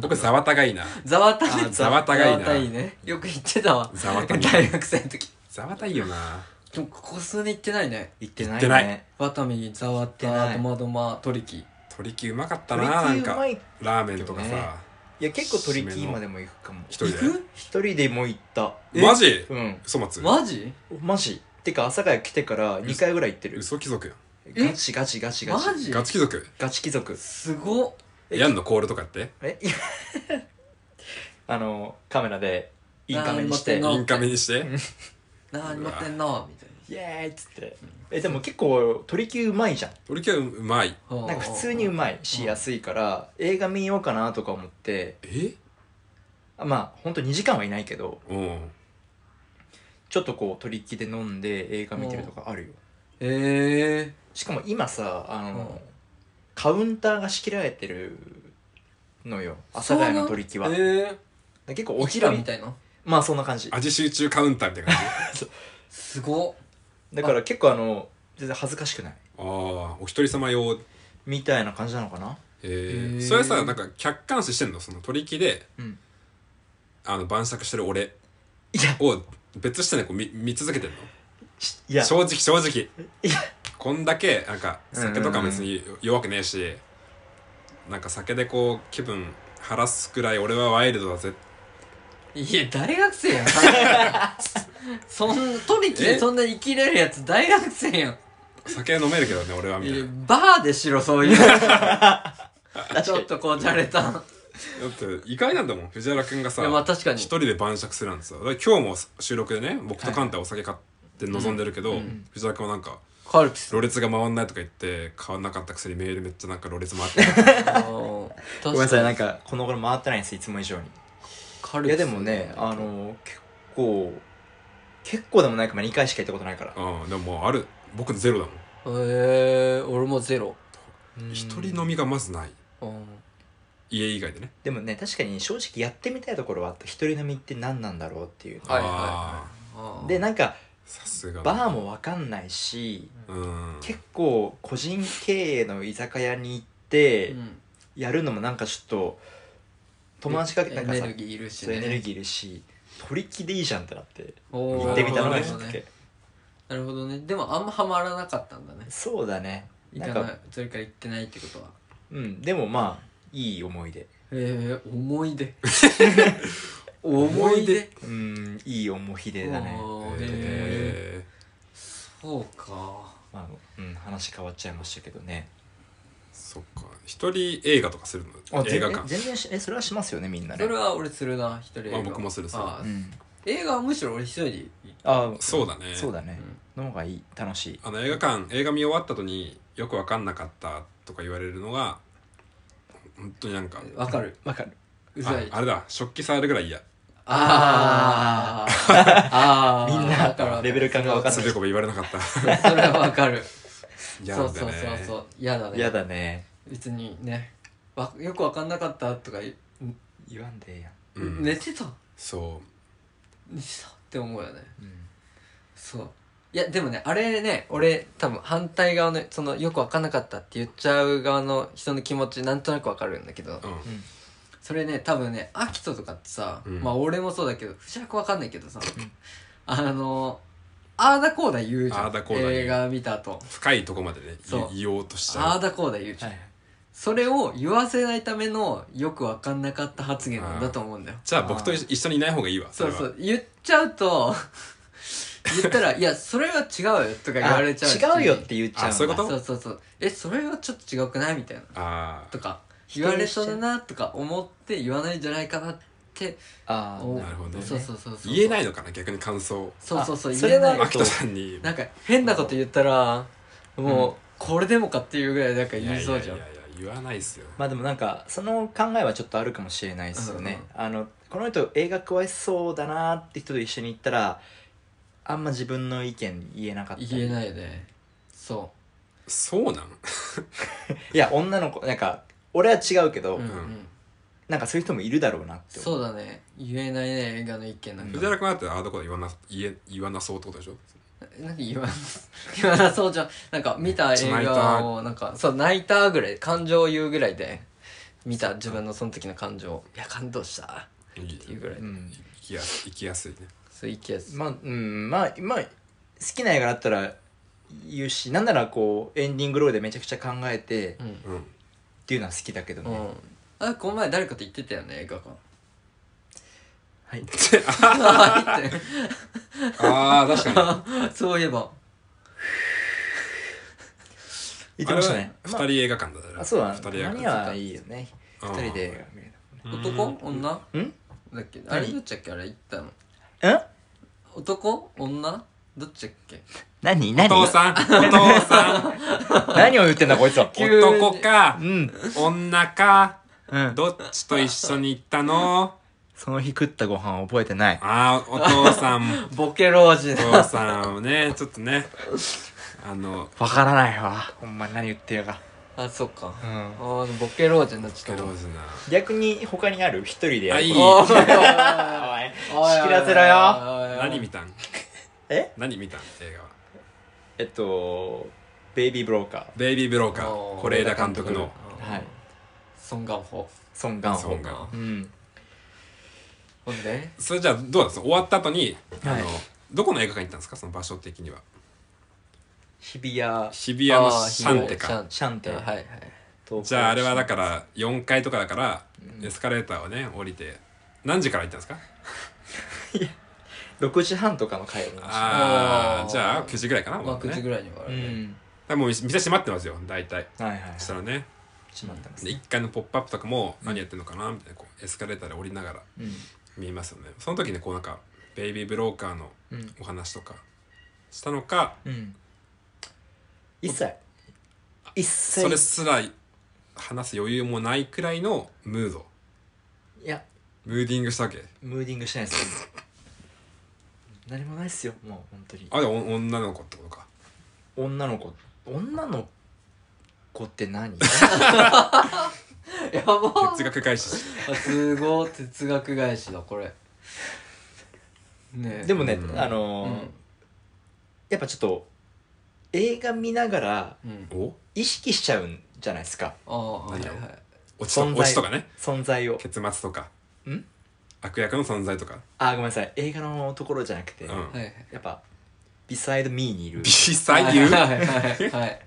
Speaker 2: 僕ざわたがいいな
Speaker 3: ザワタイ
Speaker 2: あザワタがいいな
Speaker 3: ザワタイねよく言ってたわ
Speaker 2: ざわたいい
Speaker 3: 大学生の時
Speaker 2: ざわたいいよな
Speaker 3: でもここ数年行ってないね
Speaker 1: 行ってない
Speaker 2: 行ってない
Speaker 1: ね
Speaker 3: ワタミザ
Speaker 1: 行
Speaker 3: ワ
Speaker 1: って
Speaker 3: タ
Speaker 1: ない
Speaker 3: ドマドマトリキ
Speaker 2: 鳥木うまかった
Speaker 1: 鳥
Speaker 2: な
Speaker 1: 木
Speaker 2: なん
Speaker 1: う
Speaker 2: か
Speaker 1: まい
Speaker 2: ラーメンとかさ、
Speaker 1: よねいや結構鳥木今でも行くかも
Speaker 2: 一人
Speaker 3: 行く
Speaker 1: 一人でも行った
Speaker 2: でマジ
Speaker 1: うん
Speaker 2: 嘘松
Speaker 3: マジ
Speaker 1: マジてか朝霞来てから2回ぐらい行ってる
Speaker 2: 嘘貴族やん
Speaker 3: え
Speaker 1: ガチガチガチガチ
Speaker 3: マジ
Speaker 2: ガチ貴族
Speaker 1: ガチ貴族
Speaker 3: すごっ
Speaker 2: ヤンのコールとかやって
Speaker 1: え あのカメラでインカメにして
Speaker 3: あ
Speaker 1: イ
Speaker 3: ー
Speaker 2: インカメにして
Speaker 3: 何持ってんのみたい
Speaker 1: エーイっつってえでも結構鳥木うまいじゃん
Speaker 2: 鳥木はうまい
Speaker 3: な
Speaker 1: なんか普通にう
Speaker 3: い
Speaker 1: まいし安いから映画見ようかなとか思って
Speaker 2: え
Speaker 1: あまあほんと2時間はいないけど
Speaker 2: うん
Speaker 1: ちょっとこう鳥木で飲んで映画見てるとかあるよ
Speaker 3: え
Speaker 1: しかも今さあの、
Speaker 3: うん
Speaker 1: カウンターが仕切られてるのよ阿
Speaker 3: え
Speaker 1: 佐ヶ谷の取り木は、
Speaker 3: え
Speaker 1: だか
Speaker 3: え
Speaker 1: ら結構
Speaker 3: お
Speaker 1: お
Speaker 3: ひ
Speaker 1: ひ
Speaker 3: ら
Speaker 1: ら
Speaker 3: み
Speaker 1: み
Speaker 3: たいな
Speaker 1: まあそんな感じ
Speaker 2: 味集中カウンターみたいな感じ
Speaker 3: すごっ
Speaker 1: だから結構あの全然恥ずかしくない
Speaker 2: ああお一人様用
Speaker 1: みたいな感じなのかな
Speaker 2: えー、
Speaker 3: へー
Speaker 2: それさなんか客観視してんのその取り木で
Speaker 1: うん
Speaker 2: あの晩酌してる俺
Speaker 1: いや
Speaker 2: を別視点でこう見見続けてんの
Speaker 1: しいや
Speaker 2: 正直正直
Speaker 1: いや
Speaker 2: こんだけなんか酒とか別に弱くねえし、なんか酒でこう気分晴らすくらい俺はワイルドだぜ
Speaker 3: いや大学生やん そんなトリキ
Speaker 2: え
Speaker 3: でそんな生きれるやつ大学生やん
Speaker 2: 酒飲めるけどね俺はみた
Speaker 3: い
Speaker 2: い
Speaker 3: や
Speaker 2: な
Speaker 3: バーでし ろそういう
Speaker 1: に
Speaker 3: ちょっとこうじゃれた
Speaker 2: だって意外なんだもん藤原君が
Speaker 3: い
Speaker 2: さ
Speaker 3: やまあ確かに
Speaker 2: 一人で晩酌するなんてさだから今日も収録でね僕とカンタお酒買って臨んでるけど、藤原君はなんか
Speaker 3: カル ピス
Speaker 2: ろれつが回んないとか言って買わなかったくせにメールめっちゃなんかろれつ回ってる
Speaker 3: ご
Speaker 1: ごめんなさいなんかこの頃回ってないんですいつも以上に
Speaker 3: カル
Speaker 1: い
Speaker 3: ピ
Speaker 1: や
Speaker 3: ス
Speaker 1: でもねあの結構結構でもないかも2回しか行ったことないから
Speaker 2: うんでももうある僕ゼロだもん
Speaker 3: えー、俺もゼロ。
Speaker 1: うん
Speaker 2: 一人飲みがまずない
Speaker 3: うん。
Speaker 2: 家以外でね
Speaker 1: でもね確かに正直やってみたいところはあった一人飲みって何なんだろうっていう、
Speaker 3: はいはいはい
Speaker 2: あー
Speaker 3: あー
Speaker 1: で、なんか
Speaker 2: さすがだ
Speaker 1: バーも分かんないし
Speaker 2: うん
Speaker 1: 結構個人経営の居酒屋に行って
Speaker 3: うん
Speaker 1: やるのもなんかちょっと友達かけなんか
Speaker 3: エ
Speaker 1: さ
Speaker 3: ネルギーいるし
Speaker 1: そう
Speaker 3: ね。
Speaker 1: エネルギーいるし取り木でいいじゃんってなって
Speaker 3: おー
Speaker 1: 行ってみたの
Speaker 2: な
Speaker 1: が
Speaker 2: る
Speaker 1: き
Speaker 2: ほ
Speaker 1: っ
Speaker 2: ど
Speaker 1: かけ、
Speaker 3: なるほどね。でもあんまハマらなかったんだね。
Speaker 1: そうだね
Speaker 3: 行
Speaker 1: なん
Speaker 3: かな
Speaker 1: か
Speaker 3: い、それから行ってないってことは。
Speaker 1: うんでもまあいい思い出
Speaker 3: えー、思 い出。
Speaker 2: 思い出。
Speaker 1: うんいい思い出だね
Speaker 3: おーえー
Speaker 2: え
Speaker 3: そうか。
Speaker 1: まあうん、話変わっちゃいましたけどね
Speaker 2: ー、そっか一人映画とかするの映画館
Speaker 1: 全然しえそれはしますよねみんなね
Speaker 3: それは俺するな、一人映画。
Speaker 2: まあ僕もするする
Speaker 3: あ
Speaker 1: う
Speaker 3: ー
Speaker 1: ん、
Speaker 3: 映画はむしろ俺一人でいい。
Speaker 1: あ
Speaker 2: そうだね
Speaker 1: そうだね、の方がいい楽しい
Speaker 2: あの映画館映画見終わった後によく分かんなかったとか言われるのが本当になんか
Speaker 3: わかる。
Speaker 1: わかる
Speaker 3: うざ
Speaker 2: あ
Speaker 3: い。
Speaker 2: あれだ食器触るぐらい嫌
Speaker 3: あー。あ ー。
Speaker 1: みんな
Speaker 3: わかるわかる
Speaker 1: レベル感がわかる
Speaker 2: それこば言われなかった
Speaker 3: それはわかる。
Speaker 2: 嫌
Speaker 3: そ
Speaker 2: な
Speaker 3: うん
Speaker 2: だ
Speaker 3: そ
Speaker 2: よ
Speaker 3: う
Speaker 2: ね
Speaker 3: そうそう。嫌だね。
Speaker 1: 嫌だね
Speaker 3: 別にねわよく分かんなかったとか、い
Speaker 1: 言わんでええやん、
Speaker 2: うん
Speaker 3: 寝てた
Speaker 2: そ
Speaker 3: 寝てたって思うよね
Speaker 1: うん
Speaker 3: そういやでもねあれね俺多分反対側のそのよく分かんなかったって言っちゃう側の人の気持ちなんとなく分かるんだけど
Speaker 2: う、うん
Speaker 1: うん
Speaker 3: それね多分ねアキトとかってさ、
Speaker 2: うん
Speaker 3: まあ俺もそうだけど不思く分かんないけどさ、
Speaker 1: ん
Speaker 3: あのああだこうだ言うじゃ
Speaker 2: あー
Speaker 3: ん
Speaker 2: だこうだ言う
Speaker 3: 映画見た後
Speaker 2: 深いとこまでね
Speaker 3: そう
Speaker 2: い言おうとしちゃ
Speaker 3: ああ
Speaker 2: う
Speaker 3: だこうだ言うじゃ
Speaker 1: は
Speaker 3: ん、
Speaker 1: い
Speaker 3: それを言わせないためのよく分かんなかった発言なんだと思うんだよ
Speaker 2: じゃあ僕と一緒にいない方がいいわ
Speaker 3: そう
Speaker 2: れは
Speaker 3: そう言っちゃうと 言ったら「いやそれは違うよ」とか言われちゃうし
Speaker 1: あ違うよって言っちゃうんだ
Speaker 2: あそういうこと
Speaker 3: そうそうそう「えそれはちょっと違くない?」みたいな
Speaker 2: あ
Speaker 3: とか
Speaker 1: 否定しち
Speaker 3: 言
Speaker 1: ゃう
Speaker 3: われそうだなとか思って言わないんじゃないかなって
Speaker 1: あ
Speaker 3: 思う
Speaker 1: ー
Speaker 2: なるほどね
Speaker 3: そうそうそうそ
Speaker 2: ー
Speaker 3: う
Speaker 2: 言えないのかな逆に感想
Speaker 3: そうそうそう
Speaker 1: あ
Speaker 3: 言えな
Speaker 1: それ
Speaker 3: い
Speaker 1: は
Speaker 2: 秋田さんに
Speaker 3: なんか変なこと言ったらもうこれでもかっていうぐらいなんか言いそうじゃん
Speaker 2: いやいやいやいや言わないっすよ
Speaker 1: まあでもなんかその考えはちょっとあるかもしれないですよね、あのこの人映画詳しそうだなって人と一緒に行ったらあんま自分の意見言えなかったり
Speaker 3: 言えないよねそ
Speaker 2: そうなん
Speaker 1: いや女の子なんか俺は違うけど、
Speaker 3: ううんうん、
Speaker 1: なんかそういう人もいるだろうなって思う
Speaker 3: そうだね言えないね映画の意見なんか
Speaker 2: 藤原君だってああどこだ言わな言え言わなそうってことでしょ
Speaker 3: なんか言わな言わなそうじゃんなんか見た映画をなんかそう泣いたぐらい感情を言うぐらいで見た自分のその時の感情いや感動した
Speaker 2: いい
Speaker 3: っていうぐらい、
Speaker 1: うん
Speaker 2: 行きやす行きやすいね
Speaker 3: そういきやす
Speaker 1: まあうんまあまあ好きな映画だったら言うしなんならこうエンディングロールでめちゃくちゃ考えてっ
Speaker 3: うん、
Speaker 2: うん
Speaker 1: ていうのは好きだけどね、
Speaker 3: うん、あこの前誰かと言ってたよね映画館
Speaker 1: はい
Speaker 3: あ言って
Speaker 2: ああ確か
Speaker 3: そういえば
Speaker 1: 言
Speaker 2: に
Speaker 1: ってましたね
Speaker 2: あれは二人映画館だね
Speaker 1: あそうだ
Speaker 2: 二人映
Speaker 1: 何
Speaker 2: 画
Speaker 1: はいいよね
Speaker 2: うん
Speaker 1: 二人で映画見る
Speaker 2: 館
Speaker 3: 男
Speaker 2: うん
Speaker 3: 女
Speaker 1: うん
Speaker 3: だっけあ
Speaker 1: 何
Speaker 3: れどっちだっけあれ言ったの
Speaker 1: うん
Speaker 3: 男女どっちだっけ
Speaker 1: 何
Speaker 2: お
Speaker 1: 何
Speaker 2: 父さんお父さん
Speaker 1: 何を言ってんだこいつは
Speaker 3: 急に
Speaker 2: 男か
Speaker 1: うん
Speaker 2: 女か
Speaker 1: うん
Speaker 2: どっちと一緒に行ったの
Speaker 1: その日食ったご飯を覚えてない
Speaker 2: ああお父さん
Speaker 3: ボケ老人
Speaker 2: お父さんをねちょっとねあの
Speaker 1: わからないわほんまに何言ってるか
Speaker 3: あそっか
Speaker 1: う
Speaker 3: あ
Speaker 1: ん
Speaker 3: ーボケ老人になっちゃ
Speaker 2: ク
Speaker 3: った
Speaker 2: ロ
Speaker 3: お
Speaker 2: ーズな
Speaker 1: 逆に他にある一人でやる
Speaker 2: あいい
Speaker 3: おいおいおい
Speaker 1: おい
Speaker 3: おいおいおい
Speaker 1: 仕切らせろよ
Speaker 3: おいおいおい
Speaker 2: 何見たん
Speaker 1: え
Speaker 2: 何見たん映画は
Speaker 1: えっとベイビーブローカー
Speaker 2: ベイビー・ブローカー
Speaker 3: こ
Speaker 2: 是
Speaker 3: れ
Speaker 2: 枝監督の
Speaker 1: はい
Speaker 3: ソン・ガンホ
Speaker 1: ソン・ガンホ
Speaker 2: ソンガンホ
Speaker 1: うん
Speaker 3: ほんで
Speaker 2: それじゃあどうだった終わった後にあ
Speaker 1: はい
Speaker 2: のどこの映画館行ったんですかその場所的には
Speaker 1: 日比谷
Speaker 2: 渋谷のシャンテ
Speaker 3: あ
Speaker 2: か
Speaker 3: ー
Speaker 1: シャンテ
Speaker 3: シャンテはいはい
Speaker 2: じゃああれはだ
Speaker 1: か
Speaker 2: から4階とかだからエスカレーターをね降りて何時から行ったんですから
Speaker 1: 6時半とかの回を見まし
Speaker 2: あ
Speaker 3: あー
Speaker 2: あじゃあ9時ぐらいかな
Speaker 3: まあ
Speaker 2: もう
Speaker 3: 9時
Speaker 2: ね
Speaker 3: ぐらいに終わ
Speaker 1: たう
Speaker 3: るね
Speaker 1: ん
Speaker 2: だからもう店閉まってますよ大体
Speaker 1: はいはいはい
Speaker 2: そしたらね
Speaker 1: しまってます
Speaker 2: で1階のポップアップとかも何やってんのかなみたいなこうエスカレーターで降りながら
Speaker 1: うん
Speaker 2: 見えますよねその時にこうなんかベイビー・ブローカーの
Speaker 1: うん
Speaker 2: お話とかしたのか
Speaker 1: うん一切一切
Speaker 2: それすら話す余裕もないくらいのムード
Speaker 1: いや
Speaker 2: ムーディングしたわけ
Speaker 1: ムーディングしてないです何もないっすよもう本当に
Speaker 2: あでもお女の子ってことか
Speaker 1: 女の子女の子って 何
Speaker 3: やば
Speaker 2: 哲学開 始
Speaker 3: あすごい哲学返しだこれねえ
Speaker 1: でもね、
Speaker 2: うん
Speaker 1: あのー
Speaker 3: うん
Speaker 1: やっぱちょっと映画見ながら
Speaker 3: うん
Speaker 2: お
Speaker 1: 意識しちゃうんじゃないですか
Speaker 3: ああはい
Speaker 2: 何
Speaker 3: は
Speaker 2: を
Speaker 3: い
Speaker 2: 落ちと
Speaker 1: 存在
Speaker 2: 落ちとかね
Speaker 1: 存在を
Speaker 2: 結末とか
Speaker 1: ん
Speaker 2: 悪役の存在とか
Speaker 1: あーごめんなさい映画のところじゃなくて、
Speaker 2: うん、
Speaker 1: や
Speaker 3: はいはい
Speaker 1: っぱビサイドミーにいる
Speaker 2: ビサユ
Speaker 3: はいはいはいはい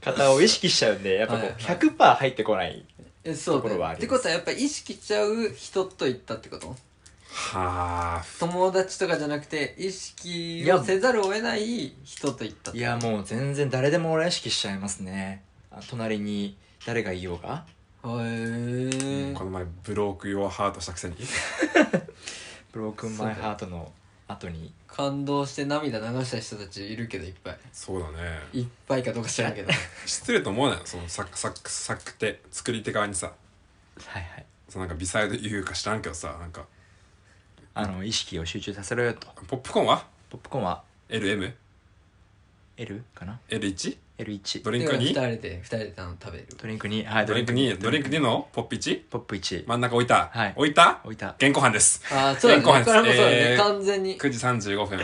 Speaker 1: 方を意識しちゃうんでやっぱこう
Speaker 3: はいはい
Speaker 1: 100%入ってこない
Speaker 3: えそう
Speaker 1: ところはあ
Speaker 3: だ
Speaker 1: ります
Speaker 3: ってことはやっぱ意識しちゃう人と言ったってこと
Speaker 2: はあ
Speaker 3: 友達とかじゃなくて意識
Speaker 1: い
Speaker 3: を
Speaker 1: や
Speaker 3: せざるを得ない人と言ったって
Speaker 1: いやもう全然誰でも俺は意識しちゃいますねあ隣に誰がいようが
Speaker 3: へえ
Speaker 2: この前ブローク・ヨア・ハートしたくせに
Speaker 1: ブロークンマイハートの後に
Speaker 3: 感動して涙流した人たちいるけどいっぱ
Speaker 2: そうだね
Speaker 3: いいっぱいかどうか知らんけど
Speaker 2: 失礼と思わないのその作作作手作り手側にさ
Speaker 1: はいはい
Speaker 2: そのなんか微細で言うか知らんけどさなんか
Speaker 1: あの意識を集中させろよと
Speaker 2: ポップコーンは
Speaker 1: ポップコーンは
Speaker 2: LM?L1?
Speaker 1: L かな L1
Speaker 2: ド
Speaker 1: ド
Speaker 2: リンク
Speaker 3: でも二
Speaker 2: 2?
Speaker 3: 人で二人で頼む食べる
Speaker 1: リンク2はい
Speaker 2: ドリンク
Speaker 1: に
Speaker 2: 2ドリンク2のポップ 1?
Speaker 1: ポップ1
Speaker 2: 真ん中置いた、
Speaker 1: はい
Speaker 2: 置いた
Speaker 1: 置いた
Speaker 2: 現行犯です
Speaker 3: ああそうだね
Speaker 2: 健
Speaker 3: こ
Speaker 2: 康
Speaker 3: れ
Speaker 2: 飯
Speaker 3: もそうだね、
Speaker 2: えー
Speaker 3: 完全に
Speaker 2: 9時35分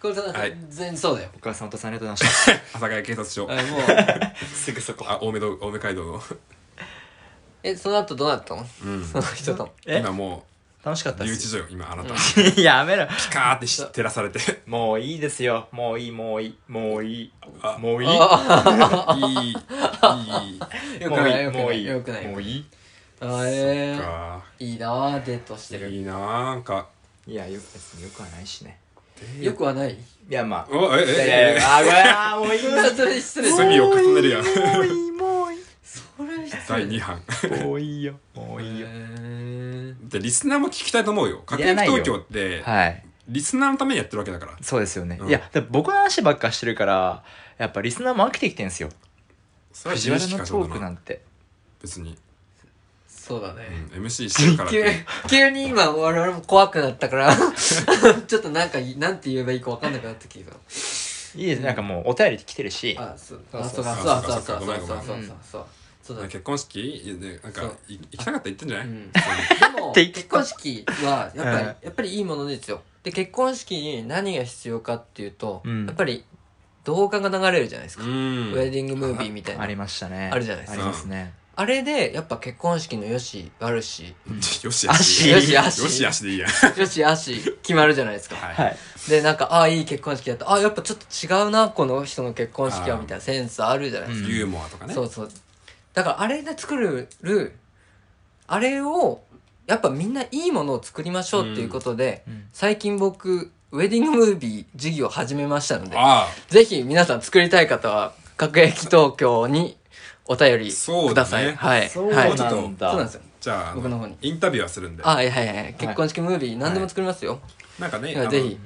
Speaker 3: これさ
Speaker 2: はい
Speaker 3: 完全にそうだよ、
Speaker 1: お母さんお父さんありがとうございまし
Speaker 2: 阿佐ヶ谷警察署
Speaker 3: あもう
Speaker 1: たすぐそこ
Speaker 2: あ青梅道青梅街道の、
Speaker 3: えその後どうなったの
Speaker 2: うん、
Speaker 3: その人と
Speaker 1: え
Speaker 2: 今も
Speaker 1: 楽しかっ
Speaker 2: う
Speaker 1: たっ
Speaker 2: 留置
Speaker 1: す
Speaker 2: 所よ今あなた、
Speaker 1: やめろ
Speaker 2: カーってひ照らされて
Speaker 1: もういいですよもういいもういいもういい
Speaker 2: あ
Speaker 1: もういい
Speaker 2: いいいい
Speaker 3: よく
Speaker 1: もう
Speaker 3: な
Speaker 1: い
Speaker 3: いよく
Speaker 1: も
Speaker 3: な
Speaker 1: うい
Speaker 3: い
Speaker 1: い
Speaker 3: よくない
Speaker 1: もういい
Speaker 3: あーえー
Speaker 2: か
Speaker 3: いいなあデートしてる
Speaker 2: いいななんか
Speaker 1: いやよく別によくはないしね
Speaker 3: よくはない
Speaker 1: いやまあ
Speaker 2: おえ
Speaker 1: いや
Speaker 2: え
Speaker 1: いやい
Speaker 2: ええ
Speaker 1: やあごめんあもういい
Speaker 3: それ失礼し
Speaker 2: 罪を重ねるやん
Speaker 1: もういいもういい
Speaker 3: それ失礼
Speaker 2: 第2版
Speaker 1: もういいよもういいよ
Speaker 3: へー
Speaker 2: でリスナーも聞きたいと思うよ
Speaker 1: い
Speaker 2: 確
Speaker 1: ら
Speaker 2: 約
Speaker 1: ないよ
Speaker 2: 東京って
Speaker 1: はい
Speaker 2: リスナーのためにやってるわけだから
Speaker 1: そうですよね、
Speaker 2: うん
Speaker 1: いやだから僕の話ばっかしてるからやっぱリスナーも飽きてきてんすよ
Speaker 2: それは
Speaker 1: 藤
Speaker 2: 自意
Speaker 1: 原
Speaker 2: 識
Speaker 1: の
Speaker 2: か
Speaker 1: ト
Speaker 2: そう
Speaker 1: ークな
Speaker 2: だなん
Speaker 1: て
Speaker 2: 別に、
Speaker 3: そうだ
Speaker 2: う
Speaker 3: ね、
Speaker 2: ん、MC してるからって
Speaker 3: 急急に今我々も怖くなったからちょっとなんかいなんて言えばいいか分かんなくなってきた
Speaker 1: いいです、なんかもうお便り来てるし
Speaker 3: あそう
Speaker 1: そう
Speaker 3: あそうか
Speaker 2: そう
Speaker 3: そうそうそう
Speaker 2: ご
Speaker 3: そ
Speaker 2: め
Speaker 3: うん
Speaker 2: ご
Speaker 3: そ
Speaker 2: め
Speaker 3: うんそうそうそうそうだね
Speaker 2: 結婚式いやでなん
Speaker 3: そ
Speaker 2: か
Speaker 3: う
Speaker 2: い行きたかったら行ってんじゃない、
Speaker 3: うんでも
Speaker 1: て言った
Speaker 3: 結婚式はやっぱり、
Speaker 1: うん
Speaker 3: やっぱりいいものですよで結婚式に何が必要かっていうと、
Speaker 1: うん
Speaker 3: やっぱり動画が流れるじゃないですか、
Speaker 2: うん
Speaker 3: ウェディングムービーみたいな
Speaker 1: ありましたね
Speaker 3: あるじゃないです
Speaker 1: あ
Speaker 3: か
Speaker 1: りますね、
Speaker 3: あれでやっぱ結婚式のよし悪し
Speaker 2: よしあし
Speaker 1: よ
Speaker 3: しあし
Speaker 2: よしあしでいいや
Speaker 3: よし悪し決まるじゃないですか
Speaker 2: は
Speaker 1: はいい
Speaker 3: でなんかああいい結婚式だったあやっぱちょっと違うなこの人の結婚式
Speaker 2: あ
Speaker 3: は
Speaker 2: ー
Speaker 3: みたいなセンスあるじゃないですか、
Speaker 2: ユーモアとかね
Speaker 3: そうそうだからあれで作るるあれをやっぱみんないいものを作りましょうっていうことで、
Speaker 1: うん
Speaker 3: 最近僕ウェディングムービー事業を始めましたので
Speaker 2: ああ
Speaker 3: ぜひ皆さん作りたい方は各駅東京にお便り
Speaker 2: そう
Speaker 3: ください、
Speaker 2: だね
Speaker 3: はい
Speaker 1: そう
Speaker 3: は
Speaker 1: ないんだ、
Speaker 3: そうなんですよ
Speaker 2: じゃああの
Speaker 3: 僕の方に
Speaker 2: インタビューはするんで
Speaker 3: あはいはいはい結婚式ムービー何でも作りますよ、
Speaker 2: なんかね
Speaker 3: だか
Speaker 2: あの
Speaker 3: らぜひ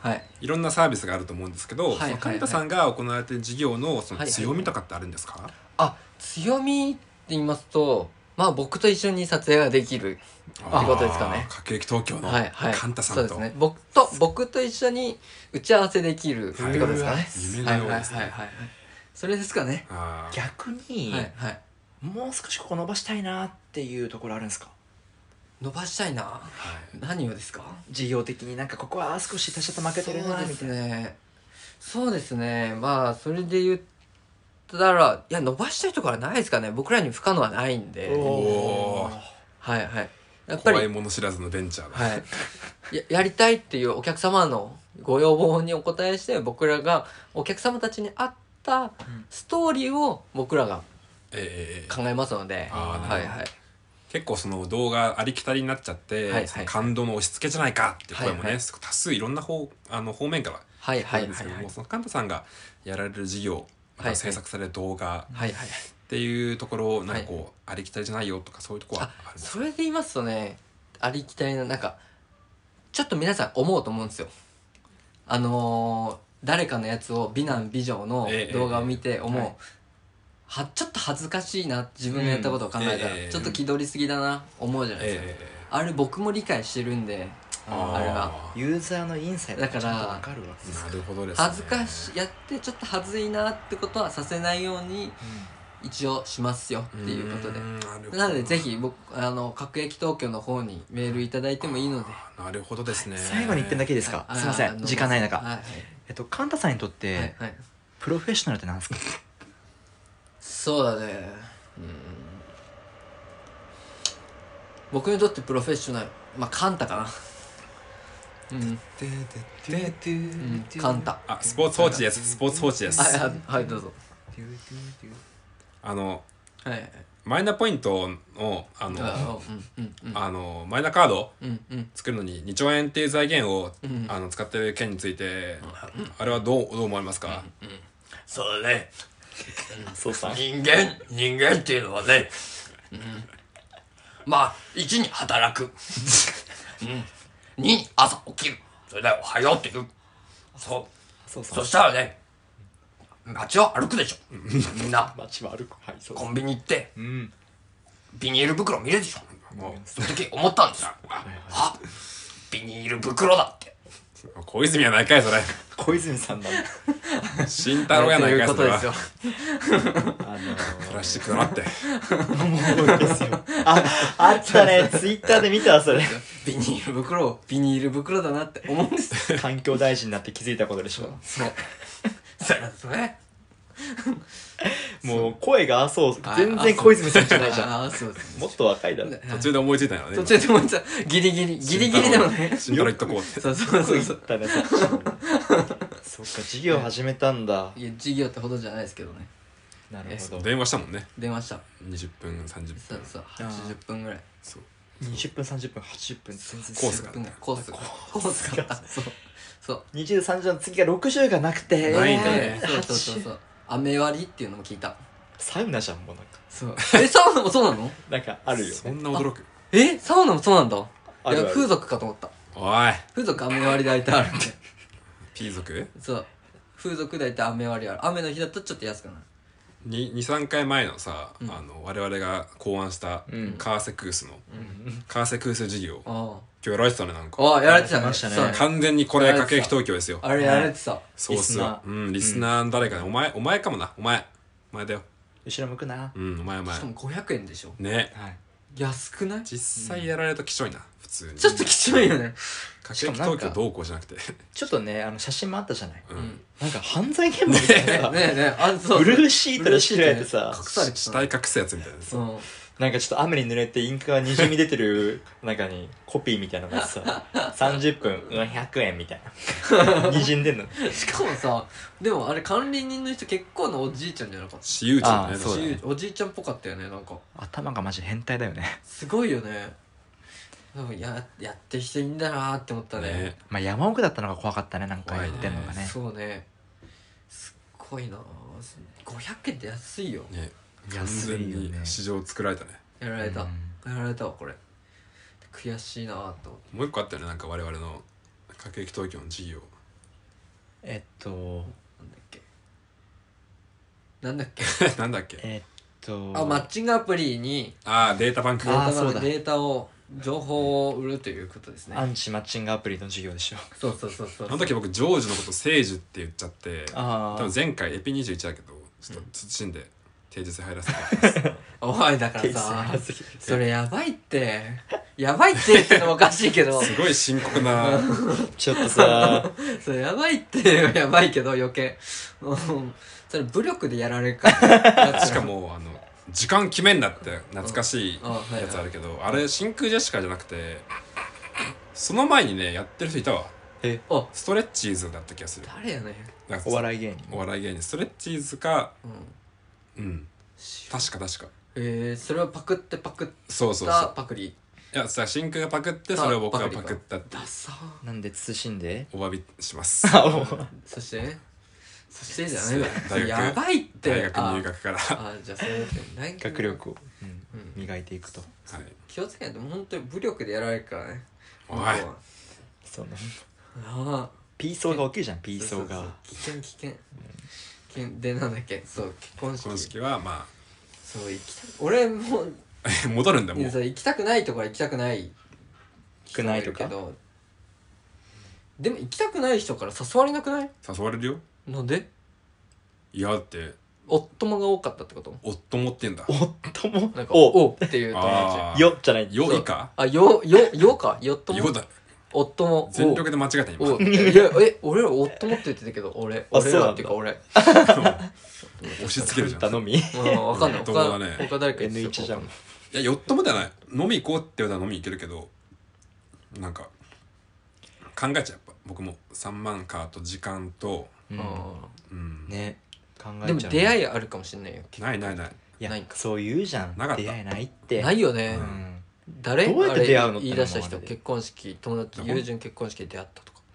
Speaker 3: はい
Speaker 2: いろんなサービスがあると思うんですけど、
Speaker 3: はいはいはい
Speaker 2: その神田さんが行われている事業のその
Speaker 3: はいはい
Speaker 2: 強みとかってあるんですか、
Speaker 3: あ強みって言いますとまあ僕と一緒に撮影ができる
Speaker 2: あー
Speaker 3: ってことですかね
Speaker 2: 各駅東京の
Speaker 3: はいはい
Speaker 2: 神田さん
Speaker 3: そう
Speaker 2: と、
Speaker 3: ですね僕と僕と一緒に打ち合わせできるって
Speaker 2: はい
Speaker 3: ことですかね
Speaker 2: 夢
Speaker 3: は
Speaker 2: の
Speaker 3: い
Speaker 2: よ
Speaker 3: は
Speaker 2: うで
Speaker 3: いはいは
Speaker 2: すね
Speaker 3: いはいそれですかね
Speaker 2: あー
Speaker 1: 逆に、
Speaker 3: はいはい
Speaker 1: もう少しここ伸ばしたいなっていうところあるんですか
Speaker 3: 伸ばしたいな
Speaker 2: はい
Speaker 3: 何をですか
Speaker 1: 事業的になんかここは少し他社と負けてるな
Speaker 3: そうで
Speaker 1: みた
Speaker 3: す
Speaker 1: いな
Speaker 3: ねそうですねまあそれで言ったらいや伸ばしたいところはないですかね僕らに不可能はないんで
Speaker 2: お
Speaker 1: お
Speaker 2: ー
Speaker 1: ー
Speaker 3: はいはいやっぱり
Speaker 2: 怖いもの知らずのベンチャーだ、
Speaker 3: はい、ややりたいっていうお客様のご要望にお応えして僕らがお客様たちに合ったストーリーを僕らが
Speaker 2: ええええええ
Speaker 3: 考えますので、
Speaker 2: あーな
Speaker 3: は
Speaker 2: る
Speaker 3: い
Speaker 2: ほど
Speaker 3: はい、
Speaker 2: 結構その動画ありきたりになっちゃって、
Speaker 3: はいはい
Speaker 2: その感動の押し付けじゃないかっていう声もね、
Speaker 3: はいはい
Speaker 2: すごい多数いろんな方あの方面から
Speaker 3: はい
Speaker 2: あ
Speaker 3: は
Speaker 2: る
Speaker 3: いはい
Speaker 2: んです
Speaker 3: は
Speaker 2: け
Speaker 3: い
Speaker 2: ども、
Speaker 3: はい
Speaker 2: その神田さんがやられる事業、また
Speaker 3: はい
Speaker 2: 制作される動画
Speaker 3: はいはい
Speaker 2: っていうところをなんかこう、ありきたりじゃないよとかそういうところは
Speaker 3: あ
Speaker 2: あるんですか
Speaker 3: それで言いますとねありきたりななんかちょっと皆さん思うと思うんですよあのー誰かのやつを美男美女の
Speaker 2: ええ
Speaker 3: 動画を見て思う、
Speaker 1: ええはい
Speaker 3: はちょっと恥ずかしいな自分のやったことを考えたら、
Speaker 2: うんええ
Speaker 3: ちょっと気取りすぎだな思うじゃないですか、
Speaker 2: ええ
Speaker 3: あれ僕も理解してるんで
Speaker 1: です
Speaker 3: あれが
Speaker 1: ユーザーのインサイトがちゃんとわかるわけです
Speaker 2: なるほどですね
Speaker 3: 恥ずかしやってちょっと恥ずいなってことはさせないように一応しますよっていうことで
Speaker 2: んなるほど
Speaker 3: なのでぜひ僕あの各駅東京の方にメールいただいてもいいので
Speaker 2: あなるほどですね
Speaker 1: 最後に1点だけいいですか
Speaker 3: は
Speaker 1: すいませ
Speaker 3: あ
Speaker 1: ん
Speaker 3: の
Speaker 1: 時間ない中
Speaker 3: はい
Speaker 1: えっとカンタさんにとっ
Speaker 3: は
Speaker 1: て
Speaker 3: いはい
Speaker 1: プロフェッショナルって何ですか
Speaker 3: そうだねうん僕にとってプロフェッショナルまあカンタかなうん、うん、カンタ
Speaker 2: あスポーツ報知ですスポーツ報知です
Speaker 3: はいはいはいどうぞ
Speaker 2: あの
Speaker 3: はいはい
Speaker 2: マイナポイントのあの
Speaker 3: あうんうんうん
Speaker 2: あのマイナカード
Speaker 3: うんうん
Speaker 2: 作るのに2兆円っていう財源を、
Speaker 3: ん
Speaker 2: あの使ってる件について、あれはどうどう思われますか、
Speaker 4: そうだね
Speaker 1: そうさ
Speaker 4: 人間人間っていうのはね、まあ1に働く、うん、2に朝起きるそれでおはようって言うそう
Speaker 1: そう
Speaker 4: そしたらね街を歩くでしょみんな
Speaker 1: 街は歩くはいそう
Speaker 4: コンビニ行って
Speaker 1: うん
Speaker 4: ビニール袋見るでしょ
Speaker 2: も
Speaker 4: その時思ったんですよあビニール袋だって
Speaker 2: う小泉やないかいそれ
Speaker 1: 小泉さんだ
Speaker 2: 慎太郎やないかいそ
Speaker 3: ということ
Speaker 2: れ
Speaker 3: で
Speaker 2: は
Speaker 3: すよ
Speaker 1: あの
Speaker 2: プラスチックだなって
Speaker 1: そうですよ ああったねツイッターで見たわそれ
Speaker 3: ビニール袋をビニール袋だなって思うんですよ
Speaker 1: 環境大臣になって気づいたことで しょ
Speaker 3: そう
Speaker 4: そうですね
Speaker 1: もう声がそう全然小泉さんじゃないじゃん
Speaker 3: んあそうです
Speaker 1: もっと若いだろ
Speaker 2: 途中で思いついたよね
Speaker 3: 途中でもいたギリギリギリギリでも ね
Speaker 2: 慎太郎言っとこうって
Speaker 3: そうそうそうそう
Speaker 1: だねさっきそっか授業始めたんだ
Speaker 3: いや授業ってほどじゃないですけどね
Speaker 1: なるほど
Speaker 2: 電話したもんね
Speaker 3: 出ました
Speaker 2: 20分30
Speaker 3: そう
Speaker 2: 分
Speaker 3: そう80分ぐらい
Speaker 2: そう
Speaker 1: 20分30分80分全然
Speaker 2: コースが
Speaker 3: 80分ぐらいコースがコースがそうそう
Speaker 1: 23時の次が60が なくて
Speaker 2: ない
Speaker 1: え
Speaker 2: ね
Speaker 1: ー
Speaker 3: そうそうそうそう雨割りっていうのも聞いた
Speaker 1: サウナじゃんもうなんか
Speaker 3: そうえサウナもそうなの
Speaker 1: なんかあるよ
Speaker 2: そ
Speaker 1: ね
Speaker 2: んな驚く
Speaker 3: えサウナもそうなんだ
Speaker 1: あ
Speaker 3: い
Speaker 1: るあ
Speaker 3: や
Speaker 1: る
Speaker 3: 風俗かと思った
Speaker 2: おい
Speaker 3: 風俗雨割りで大体あるんで
Speaker 2: P 族
Speaker 3: そう風俗大体雨割りある雨の日だとちょっと安くなる
Speaker 2: 23回前のさ、
Speaker 3: うん
Speaker 2: あの我々が考案した
Speaker 1: うん
Speaker 2: カーセクースの、カーセクース事業今
Speaker 3: あ
Speaker 2: 日やられてたねなんか
Speaker 3: ああやられてた
Speaker 1: やられて
Speaker 3: ね
Speaker 1: ましたね
Speaker 3: そう
Speaker 2: 完全にこれ各駅東京ですよ
Speaker 3: あれやられてた
Speaker 2: そうっ
Speaker 1: リス
Speaker 2: すよ
Speaker 1: ナー
Speaker 2: うんリスナーの誰かねお前お前かもなお前お前だよ
Speaker 1: 後ろ向くな
Speaker 2: うんお前お前
Speaker 3: しかも500円でしょ
Speaker 2: ね
Speaker 1: はい
Speaker 3: 安くないち
Speaker 2: 実際やられるときちょいな普通に
Speaker 3: ょっときちょいよね
Speaker 2: 各
Speaker 1: しか
Speaker 2: 駅
Speaker 1: もなんか
Speaker 2: 東京どうこうじゃなくて
Speaker 1: ちょっとねあの写真もあったじゃない
Speaker 2: うん
Speaker 1: なんか犯罪現場みたいな
Speaker 3: ねえねえあそう
Speaker 1: ブルーシートで仕切られてさ
Speaker 3: 隠されて
Speaker 2: 死
Speaker 3: た
Speaker 2: 体隠すやつみたいなやつ
Speaker 3: うん
Speaker 1: なんかちょっと雨に濡れてインクがにじみ出てる中にコピーみたいなのがさ30分400円みたいなにじんでんの
Speaker 3: しかもさでもあれ管理人の人結構なおじいちゃんじゃなかった
Speaker 2: 私有地の
Speaker 1: あ
Speaker 2: ね
Speaker 1: そうだね
Speaker 3: おじいちゃんっぽかったよねなんか
Speaker 1: 頭がマジ変態だよね
Speaker 3: すごいよね多分ややってる人いいんだなって思った
Speaker 2: ね
Speaker 3: ね
Speaker 2: ね
Speaker 1: まあ山奥だったのが怖かったねなんか
Speaker 2: 怖
Speaker 1: 言
Speaker 2: い
Speaker 1: っ
Speaker 2: ね
Speaker 1: てんのがね
Speaker 3: そうねすっごいな500円って安いよ
Speaker 2: ね完
Speaker 1: 安
Speaker 2: 全
Speaker 1: いよね
Speaker 2: に市場作られたね
Speaker 3: やられた、
Speaker 1: うん
Speaker 3: やられたわこれ悔しいなと思って
Speaker 2: もう一個あったよねなんか我々の各駅東京の事業
Speaker 1: えっと
Speaker 3: なんだっけなんだっけ
Speaker 2: なんだっけ
Speaker 1: えっと
Speaker 3: あマッチングアプリに
Speaker 2: ああデータバンク
Speaker 3: デー
Speaker 1: あ
Speaker 3: タ
Speaker 1: ーそうだ
Speaker 3: データを情報を売るということですね
Speaker 1: アンチマッチングアプリの授業でしょ
Speaker 3: そうそうそうそう
Speaker 2: あの時僕ジョージのこと聖樹って言っちゃって
Speaker 1: あ
Speaker 2: 多
Speaker 1: あ
Speaker 2: 分前回エピ21だけどちょっと慎んで定日入らせてもらいます
Speaker 3: お前だか らさそれやばいってやばいって言ってのもおかしいけど
Speaker 2: すごい深刻な
Speaker 1: ちょっとさ
Speaker 3: それやばいってやばいけど余計うんそれ武力でやられるか ら
Speaker 2: しかもあの時間決めんなって懐かしい
Speaker 3: うんあはいはい
Speaker 2: やつあるけどあれ真空ジェシカじゃなくてその前にねやってる人いたわ
Speaker 1: え
Speaker 3: あ
Speaker 2: ストレッチーズだった気がする
Speaker 3: 誰やね
Speaker 2: なんか
Speaker 1: お笑い芸人
Speaker 2: お笑い芸人ストレッチーズか
Speaker 3: うん
Speaker 2: うん確か確か
Speaker 3: えー、それをパクってパクっ
Speaker 2: そうそうそ
Speaker 3: た
Speaker 2: う
Speaker 3: パクリ
Speaker 2: いやさ真空がパクってそれを僕がパクったって
Speaker 3: ダサー
Speaker 1: なんで慎ん で
Speaker 2: お詫びします
Speaker 1: あお
Speaker 3: そしてそしてじゃないわそれ
Speaker 2: 大学
Speaker 3: やばいって
Speaker 2: 大学入学 から
Speaker 3: ああじゃあそういうことね
Speaker 1: 学力を、うん
Speaker 3: うん
Speaker 1: 磨いていくと
Speaker 2: はい、
Speaker 3: 気をつけないと本当に武力でやられるからね
Speaker 2: おい
Speaker 3: 向こうは
Speaker 1: その
Speaker 3: ああ
Speaker 1: ピーソーが大きいじゃんピーソー
Speaker 3: そうそう
Speaker 1: が
Speaker 3: そう危険危険危険でなんだっけそう結婚
Speaker 2: この時
Speaker 3: 式
Speaker 2: 期はま
Speaker 3: そう行きたく俺もう
Speaker 2: あ 戻るんだも
Speaker 3: いや
Speaker 2: う
Speaker 3: そう行きたくないとこは行きたくない
Speaker 1: くないとか
Speaker 3: 人もるけどでも行きたくない人から誘われなくない
Speaker 2: 誘われるよ
Speaker 3: なんで
Speaker 2: いやだって
Speaker 3: 夫もが多かったってこと
Speaker 2: 夫持ってんだ
Speaker 1: 夫も
Speaker 3: なんか、
Speaker 1: お
Speaker 3: おっていう友達。
Speaker 2: ああ
Speaker 1: よじゃない
Speaker 2: よいか
Speaker 3: あ、よ、よ、よか、よっとも
Speaker 2: よ。だ
Speaker 3: 夫も。
Speaker 2: 全力で間違えた今
Speaker 3: お。おいや、え、俺ら夫もって言ってたけど、俺、
Speaker 1: あそうな
Speaker 3: 俺
Speaker 1: んだ
Speaker 3: らっていうか俺。
Speaker 2: 押し付けるじゃん
Speaker 1: 頼み
Speaker 3: うん、わ かんない。
Speaker 2: 夫だ
Speaker 3: 他、
Speaker 2: ね
Speaker 3: 他誰か言ってた
Speaker 1: N1 じゃん
Speaker 2: いや、よっともではない。飲み行こうって言われたら飲み行けるけど、なんか、考えちゃう。やっぱ僕も3万かと時間と、
Speaker 1: う
Speaker 3: うんん
Speaker 2: うん。
Speaker 1: ね考えちゃう
Speaker 3: でも出
Speaker 1: い
Speaker 3: 会いあるかもしれないよ。
Speaker 2: ないないない。
Speaker 1: や
Speaker 3: ないんか
Speaker 1: そう言うじゃん
Speaker 2: なかった
Speaker 1: 出会いないって
Speaker 3: ないよ
Speaker 1: う
Speaker 3: ね。
Speaker 1: ん
Speaker 3: 誰
Speaker 1: どうやって出会うの
Speaker 3: あれ言い出した人、結婚式、友達、
Speaker 2: だから
Speaker 3: 友人結婚式で出会ったとか。
Speaker 2: 本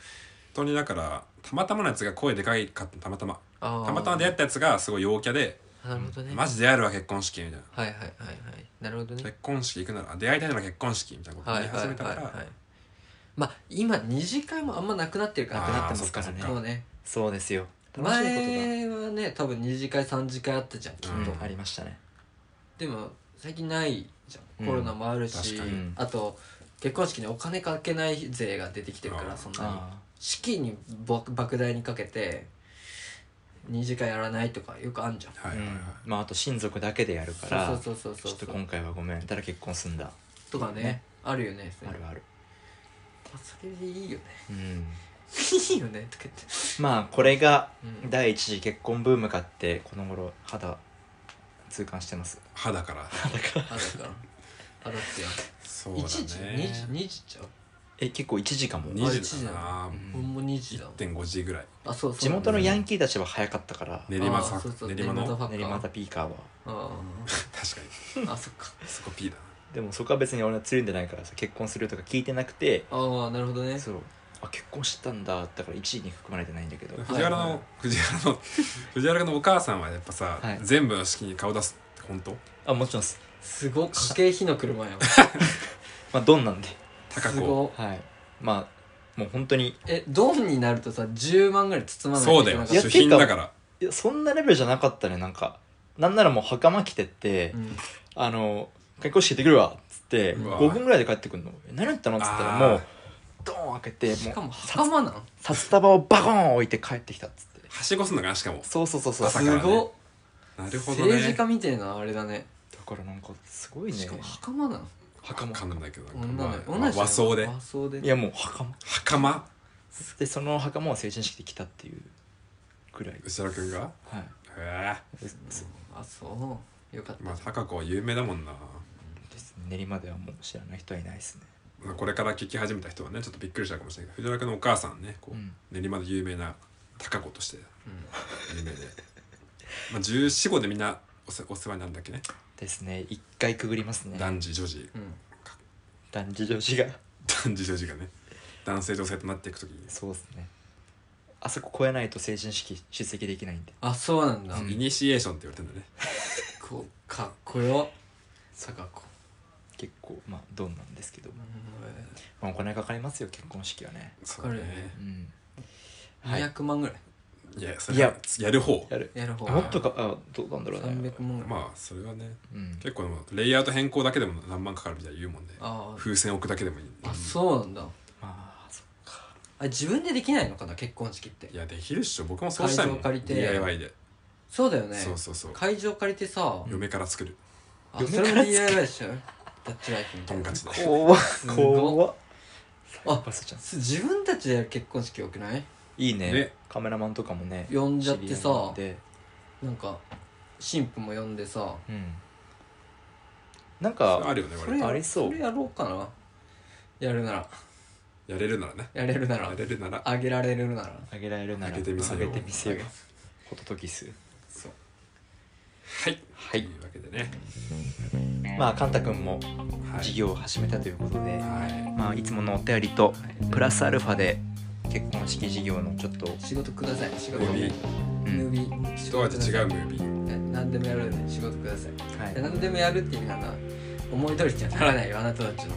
Speaker 2: 当にだから、たまたまのやつが声でかいかったたまたま。
Speaker 3: ああ。
Speaker 2: たまたま出会ったやつがすごい陽キャで、
Speaker 3: なるほどね。
Speaker 2: マジ出会えるわ結婚式みたいな。
Speaker 3: はいはいはいはい。なるほどね。
Speaker 2: 結婚式行くなら、あ出会いたいなら結婚式みたいなことを
Speaker 3: はい
Speaker 2: 言い
Speaker 3: は
Speaker 2: 始
Speaker 3: いはい
Speaker 2: めたか
Speaker 3: は
Speaker 2: ら
Speaker 3: い、。まあ、今、二次会もあんまなくなってるか
Speaker 1: な
Speaker 2: あ
Speaker 1: く
Speaker 3: ら。
Speaker 1: なってますから
Speaker 2: あーそっ
Speaker 1: ね
Speaker 2: かそっ
Speaker 3: そ
Speaker 2: か
Speaker 3: うね。
Speaker 1: そうですよ楽しいこ
Speaker 3: 前はね多分二次会三次会あったじゃんきっと、
Speaker 2: うん
Speaker 1: とがありましたね
Speaker 3: でも最近ないじゃ
Speaker 1: う
Speaker 3: ん、
Speaker 1: ん
Speaker 3: コロナもあるし
Speaker 2: 確
Speaker 1: かに
Speaker 3: あと結婚式にお金かけない税が出てきてるか
Speaker 2: あー
Speaker 3: らそんなに
Speaker 1: あ
Speaker 3: 式にぼ莫大にかけて二次会やらないとかよくあんじゃん
Speaker 1: あ
Speaker 2: はいはいはい。
Speaker 1: まああと親族だけでやるから
Speaker 3: そうそうそう
Speaker 1: ち
Speaker 3: そ
Speaker 1: ょ
Speaker 3: う
Speaker 1: っと
Speaker 3: そう
Speaker 1: 今回はごめん誰結婚すんだ
Speaker 3: とかね
Speaker 1: ね
Speaker 3: あるよねそれ
Speaker 1: あるある
Speaker 3: あそれでいいよね
Speaker 1: うん
Speaker 3: いいよねとか言って、
Speaker 1: まあこれが
Speaker 3: うん
Speaker 1: 第一次結婚ブームかってこの頃肌痛感してます
Speaker 2: 肌から。
Speaker 3: あるからあるってや
Speaker 2: そうだ
Speaker 3: 1時2
Speaker 2: ね。
Speaker 3: 時2時ちゃう
Speaker 1: え結構1時かも
Speaker 3: に
Speaker 2: 2
Speaker 3: あ一
Speaker 2: 時
Speaker 3: 時
Speaker 2: だ
Speaker 3: だ
Speaker 2: な。
Speaker 3: ほんま2時だもん
Speaker 2: 1.5時ぐらい。
Speaker 3: あそうそう
Speaker 1: 地元のヤンキーたちは早かったから
Speaker 2: 練馬
Speaker 3: あ
Speaker 2: さ
Speaker 3: ーそうそう
Speaker 2: 練馬の。
Speaker 3: 練馬
Speaker 2: 確
Speaker 3: の
Speaker 2: か
Speaker 3: ファッカー
Speaker 1: 練馬田ピーカーは
Speaker 3: あ
Speaker 2: に。
Speaker 3: ああそっか
Speaker 2: そこ P だな。
Speaker 1: でもそこは別に俺はつるんでないからさ結婚するとか聞いてなくて
Speaker 3: ああなるほどね
Speaker 1: そうあ結婚してたんだだから1位に含まれてないんだけど
Speaker 2: 藤原
Speaker 3: はいは
Speaker 2: の
Speaker 3: い
Speaker 2: 藤原の藤原のお母さんはやっぱさ、
Speaker 1: はい
Speaker 2: 全部の式に顔出すって本当
Speaker 1: あもちろんです、
Speaker 3: すごい家計費の車やん
Speaker 1: まあ、ドンなんで
Speaker 2: 高
Speaker 3: す
Speaker 2: 子
Speaker 3: ごい
Speaker 1: はいまあもう本当に
Speaker 3: えドンになるとさ10万ぐらい包まない
Speaker 2: そうだよ
Speaker 3: なか
Speaker 1: い
Speaker 3: っ
Speaker 1: や
Speaker 2: 主品だから
Speaker 1: いやそんなレベルじゃなかったねなんかなんならもう袴着てって、
Speaker 3: たうん
Speaker 1: あの結婚式行ってくるわっつって
Speaker 2: うわ
Speaker 1: 5分ぐらいで帰ってくるのえ何やったのっつったら
Speaker 2: あー
Speaker 1: もうドーン開け
Speaker 3: してか
Speaker 1: もう
Speaker 3: も袴なん
Speaker 1: 札束をバコーン置いて帰ってきたっつって
Speaker 2: はしごすんのかなしかも
Speaker 1: そうそうそうそう
Speaker 2: 朝
Speaker 1: だ
Speaker 2: か
Speaker 1: から
Speaker 3: す
Speaker 2: ね
Speaker 3: ご
Speaker 2: な
Speaker 3: っ
Speaker 2: るほどね
Speaker 3: 政治家みたいなあれだね
Speaker 1: らなんかすごいね
Speaker 3: しかも袴なん
Speaker 1: 袴
Speaker 2: わかんないけどなんかま
Speaker 3: 女の
Speaker 2: あ
Speaker 3: 女の人
Speaker 2: 和装で
Speaker 3: 和装で
Speaker 1: いやもう袴
Speaker 2: 袴
Speaker 1: でその袴を成人式で着たっていうぐらい
Speaker 2: 後ろくんが
Speaker 1: はい
Speaker 2: へえ
Speaker 1: です
Speaker 3: あそうよかった
Speaker 2: まあ高子は有名だもんな
Speaker 1: です練馬ではもう知らない人はいないですね
Speaker 2: まあこれから聞き始めた人はねちょっとびっくりしたかもしれないけど藤原くんのお母さんねこう、
Speaker 1: うん
Speaker 2: 練馬で有名な高子として
Speaker 3: うん
Speaker 2: 有名で まあ14五でみんなお世お世話になるんだっけね
Speaker 1: ですね一回くぐりますね
Speaker 2: 男児女児
Speaker 3: うん
Speaker 1: 男児女子が
Speaker 2: 男児女児がね男性女性となっていくときに
Speaker 1: そうですねあそこ越えないと成人式出席できないんで
Speaker 3: あそうなんだ
Speaker 2: イニシエーションって言われてんだね
Speaker 3: こうかっこよさかこ
Speaker 1: 結構まあドンなんですけど、
Speaker 3: うん
Speaker 1: まあ、お金かかりますよ結婚式はね
Speaker 2: そ
Speaker 3: かるよね
Speaker 1: うんはい
Speaker 3: 200万ぐらい
Speaker 2: いやそれはい
Speaker 1: や
Speaker 2: やる方
Speaker 1: やる
Speaker 3: やる方
Speaker 1: もっとかあどうなんだろうね
Speaker 3: 300万ぐらい
Speaker 2: まあそれはね
Speaker 1: うん
Speaker 2: 結構でもレイアウト変更だけでも何万かかるみたいな言うもんね
Speaker 3: あー
Speaker 2: 風船置くだけでもいい
Speaker 3: あそうなんだ
Speaker 1: まあそ
Speaker 3: あ自分でできないのかな結婚式って
Speaker 2: いやできるっしょ僕もそうしたいも
Speaker 3: 会場
Speaker 2: ん
Speaker 3: 借りて
Speaker 2: DIY で
Speaker 3: そうだよね
Speaker 2: そうそうそう
Speaker 3: 会場借りてさ
Speaker 2: 嫁から作る
Speaker 3: あ
Speaker 1: 嫁
Speaker 3: それ
Speaker 1: から
Speaker 3: も
Speaker 1: 作る
Speaker 3: DIY でしょダッチライフみた
Speaker 2: ト
Speaker 3: い
Speaker 2: ン
Speaker 3: な
Speaker 2: カチで
Speaker 1: 怖っ
Speaker 3: ごっ
Speaker 1: 怖っ
Speaker 3: あ
Speaker 1: パスちゃん
Speaker 3: す自分たちでやる結婚式よくない
Speaker 1: いいね
Speaker 2: ね
Speaker 1: カメラマンとかもね
Speaker 3: 呼んじゃって
Speaker 1: 知り合いな
Speaker 3: さ
Speaker 1: んで
Speaker 3: なんか新婦も呼んでさ
Speaker 1: うんなん
Speaker 2: あ
Speaker 1: か
Speaker 2: るよね
Speaker 3: そ
Speaker 2: 俺
Speaker 3: れ
Speaker 1: ありそう
Speaker 3: それやろうかなやるなら
Speaker 2: やれるならね
Speaker 3: やれるなら
Speaker 2: やれるなら
Speaker 3: あげられるなら
Speaker 1: あげられるなら
Speaker 2: あげてみせよう
Speaker 1: あげてみせようホトトギス
Speaker 3: そう
Speaker 2: はいというわけでね
Speaker 1: まあカンタ君も
Speaker 2: はい
Speaker 1: 事業を始めたということで、
Speaker 2: はい
Speaker 1: まあ、いつものお便りとプラスアルファで結婚式事業のちょっと、
Speaker 3: 仕事ください仕事
Speaker 2: ムービー
Speaker 1: う
Speaker 3: ムー
Speaker 1: ん
Speaker 3: ビー仕
Speaker 2: 一
Speaker 3: 事くださ
Speaker 2: 味
Speaker 3: い
Speaker 2: 違うムービー
Speaker 3: え何でもやるね仕事ください
Speaker 1: はい、
Speaker 3: で何でもやるっていう意味かな思い通りじゃならないよあなたたちの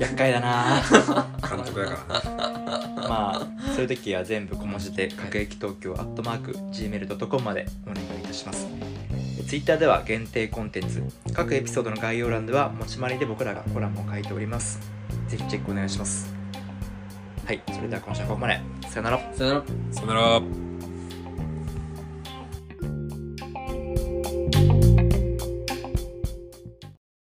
Speaker 1: 厄介だな
Speaker 2: 監督だからね
Speaker 1: まあそういう時は全部小文字で「各駅東京」「アットマーク Gmail.com」までお願いいたしますえ Twitter では限定コンテンツ各エピソードの概要欄では持ち回りで僕らがコラムを書いておりますぜひチェックお願いします
Speaker 5: はいそれでは今週はここまでさよなら
Speaker 1: さよなら
Speaker 2: さよなら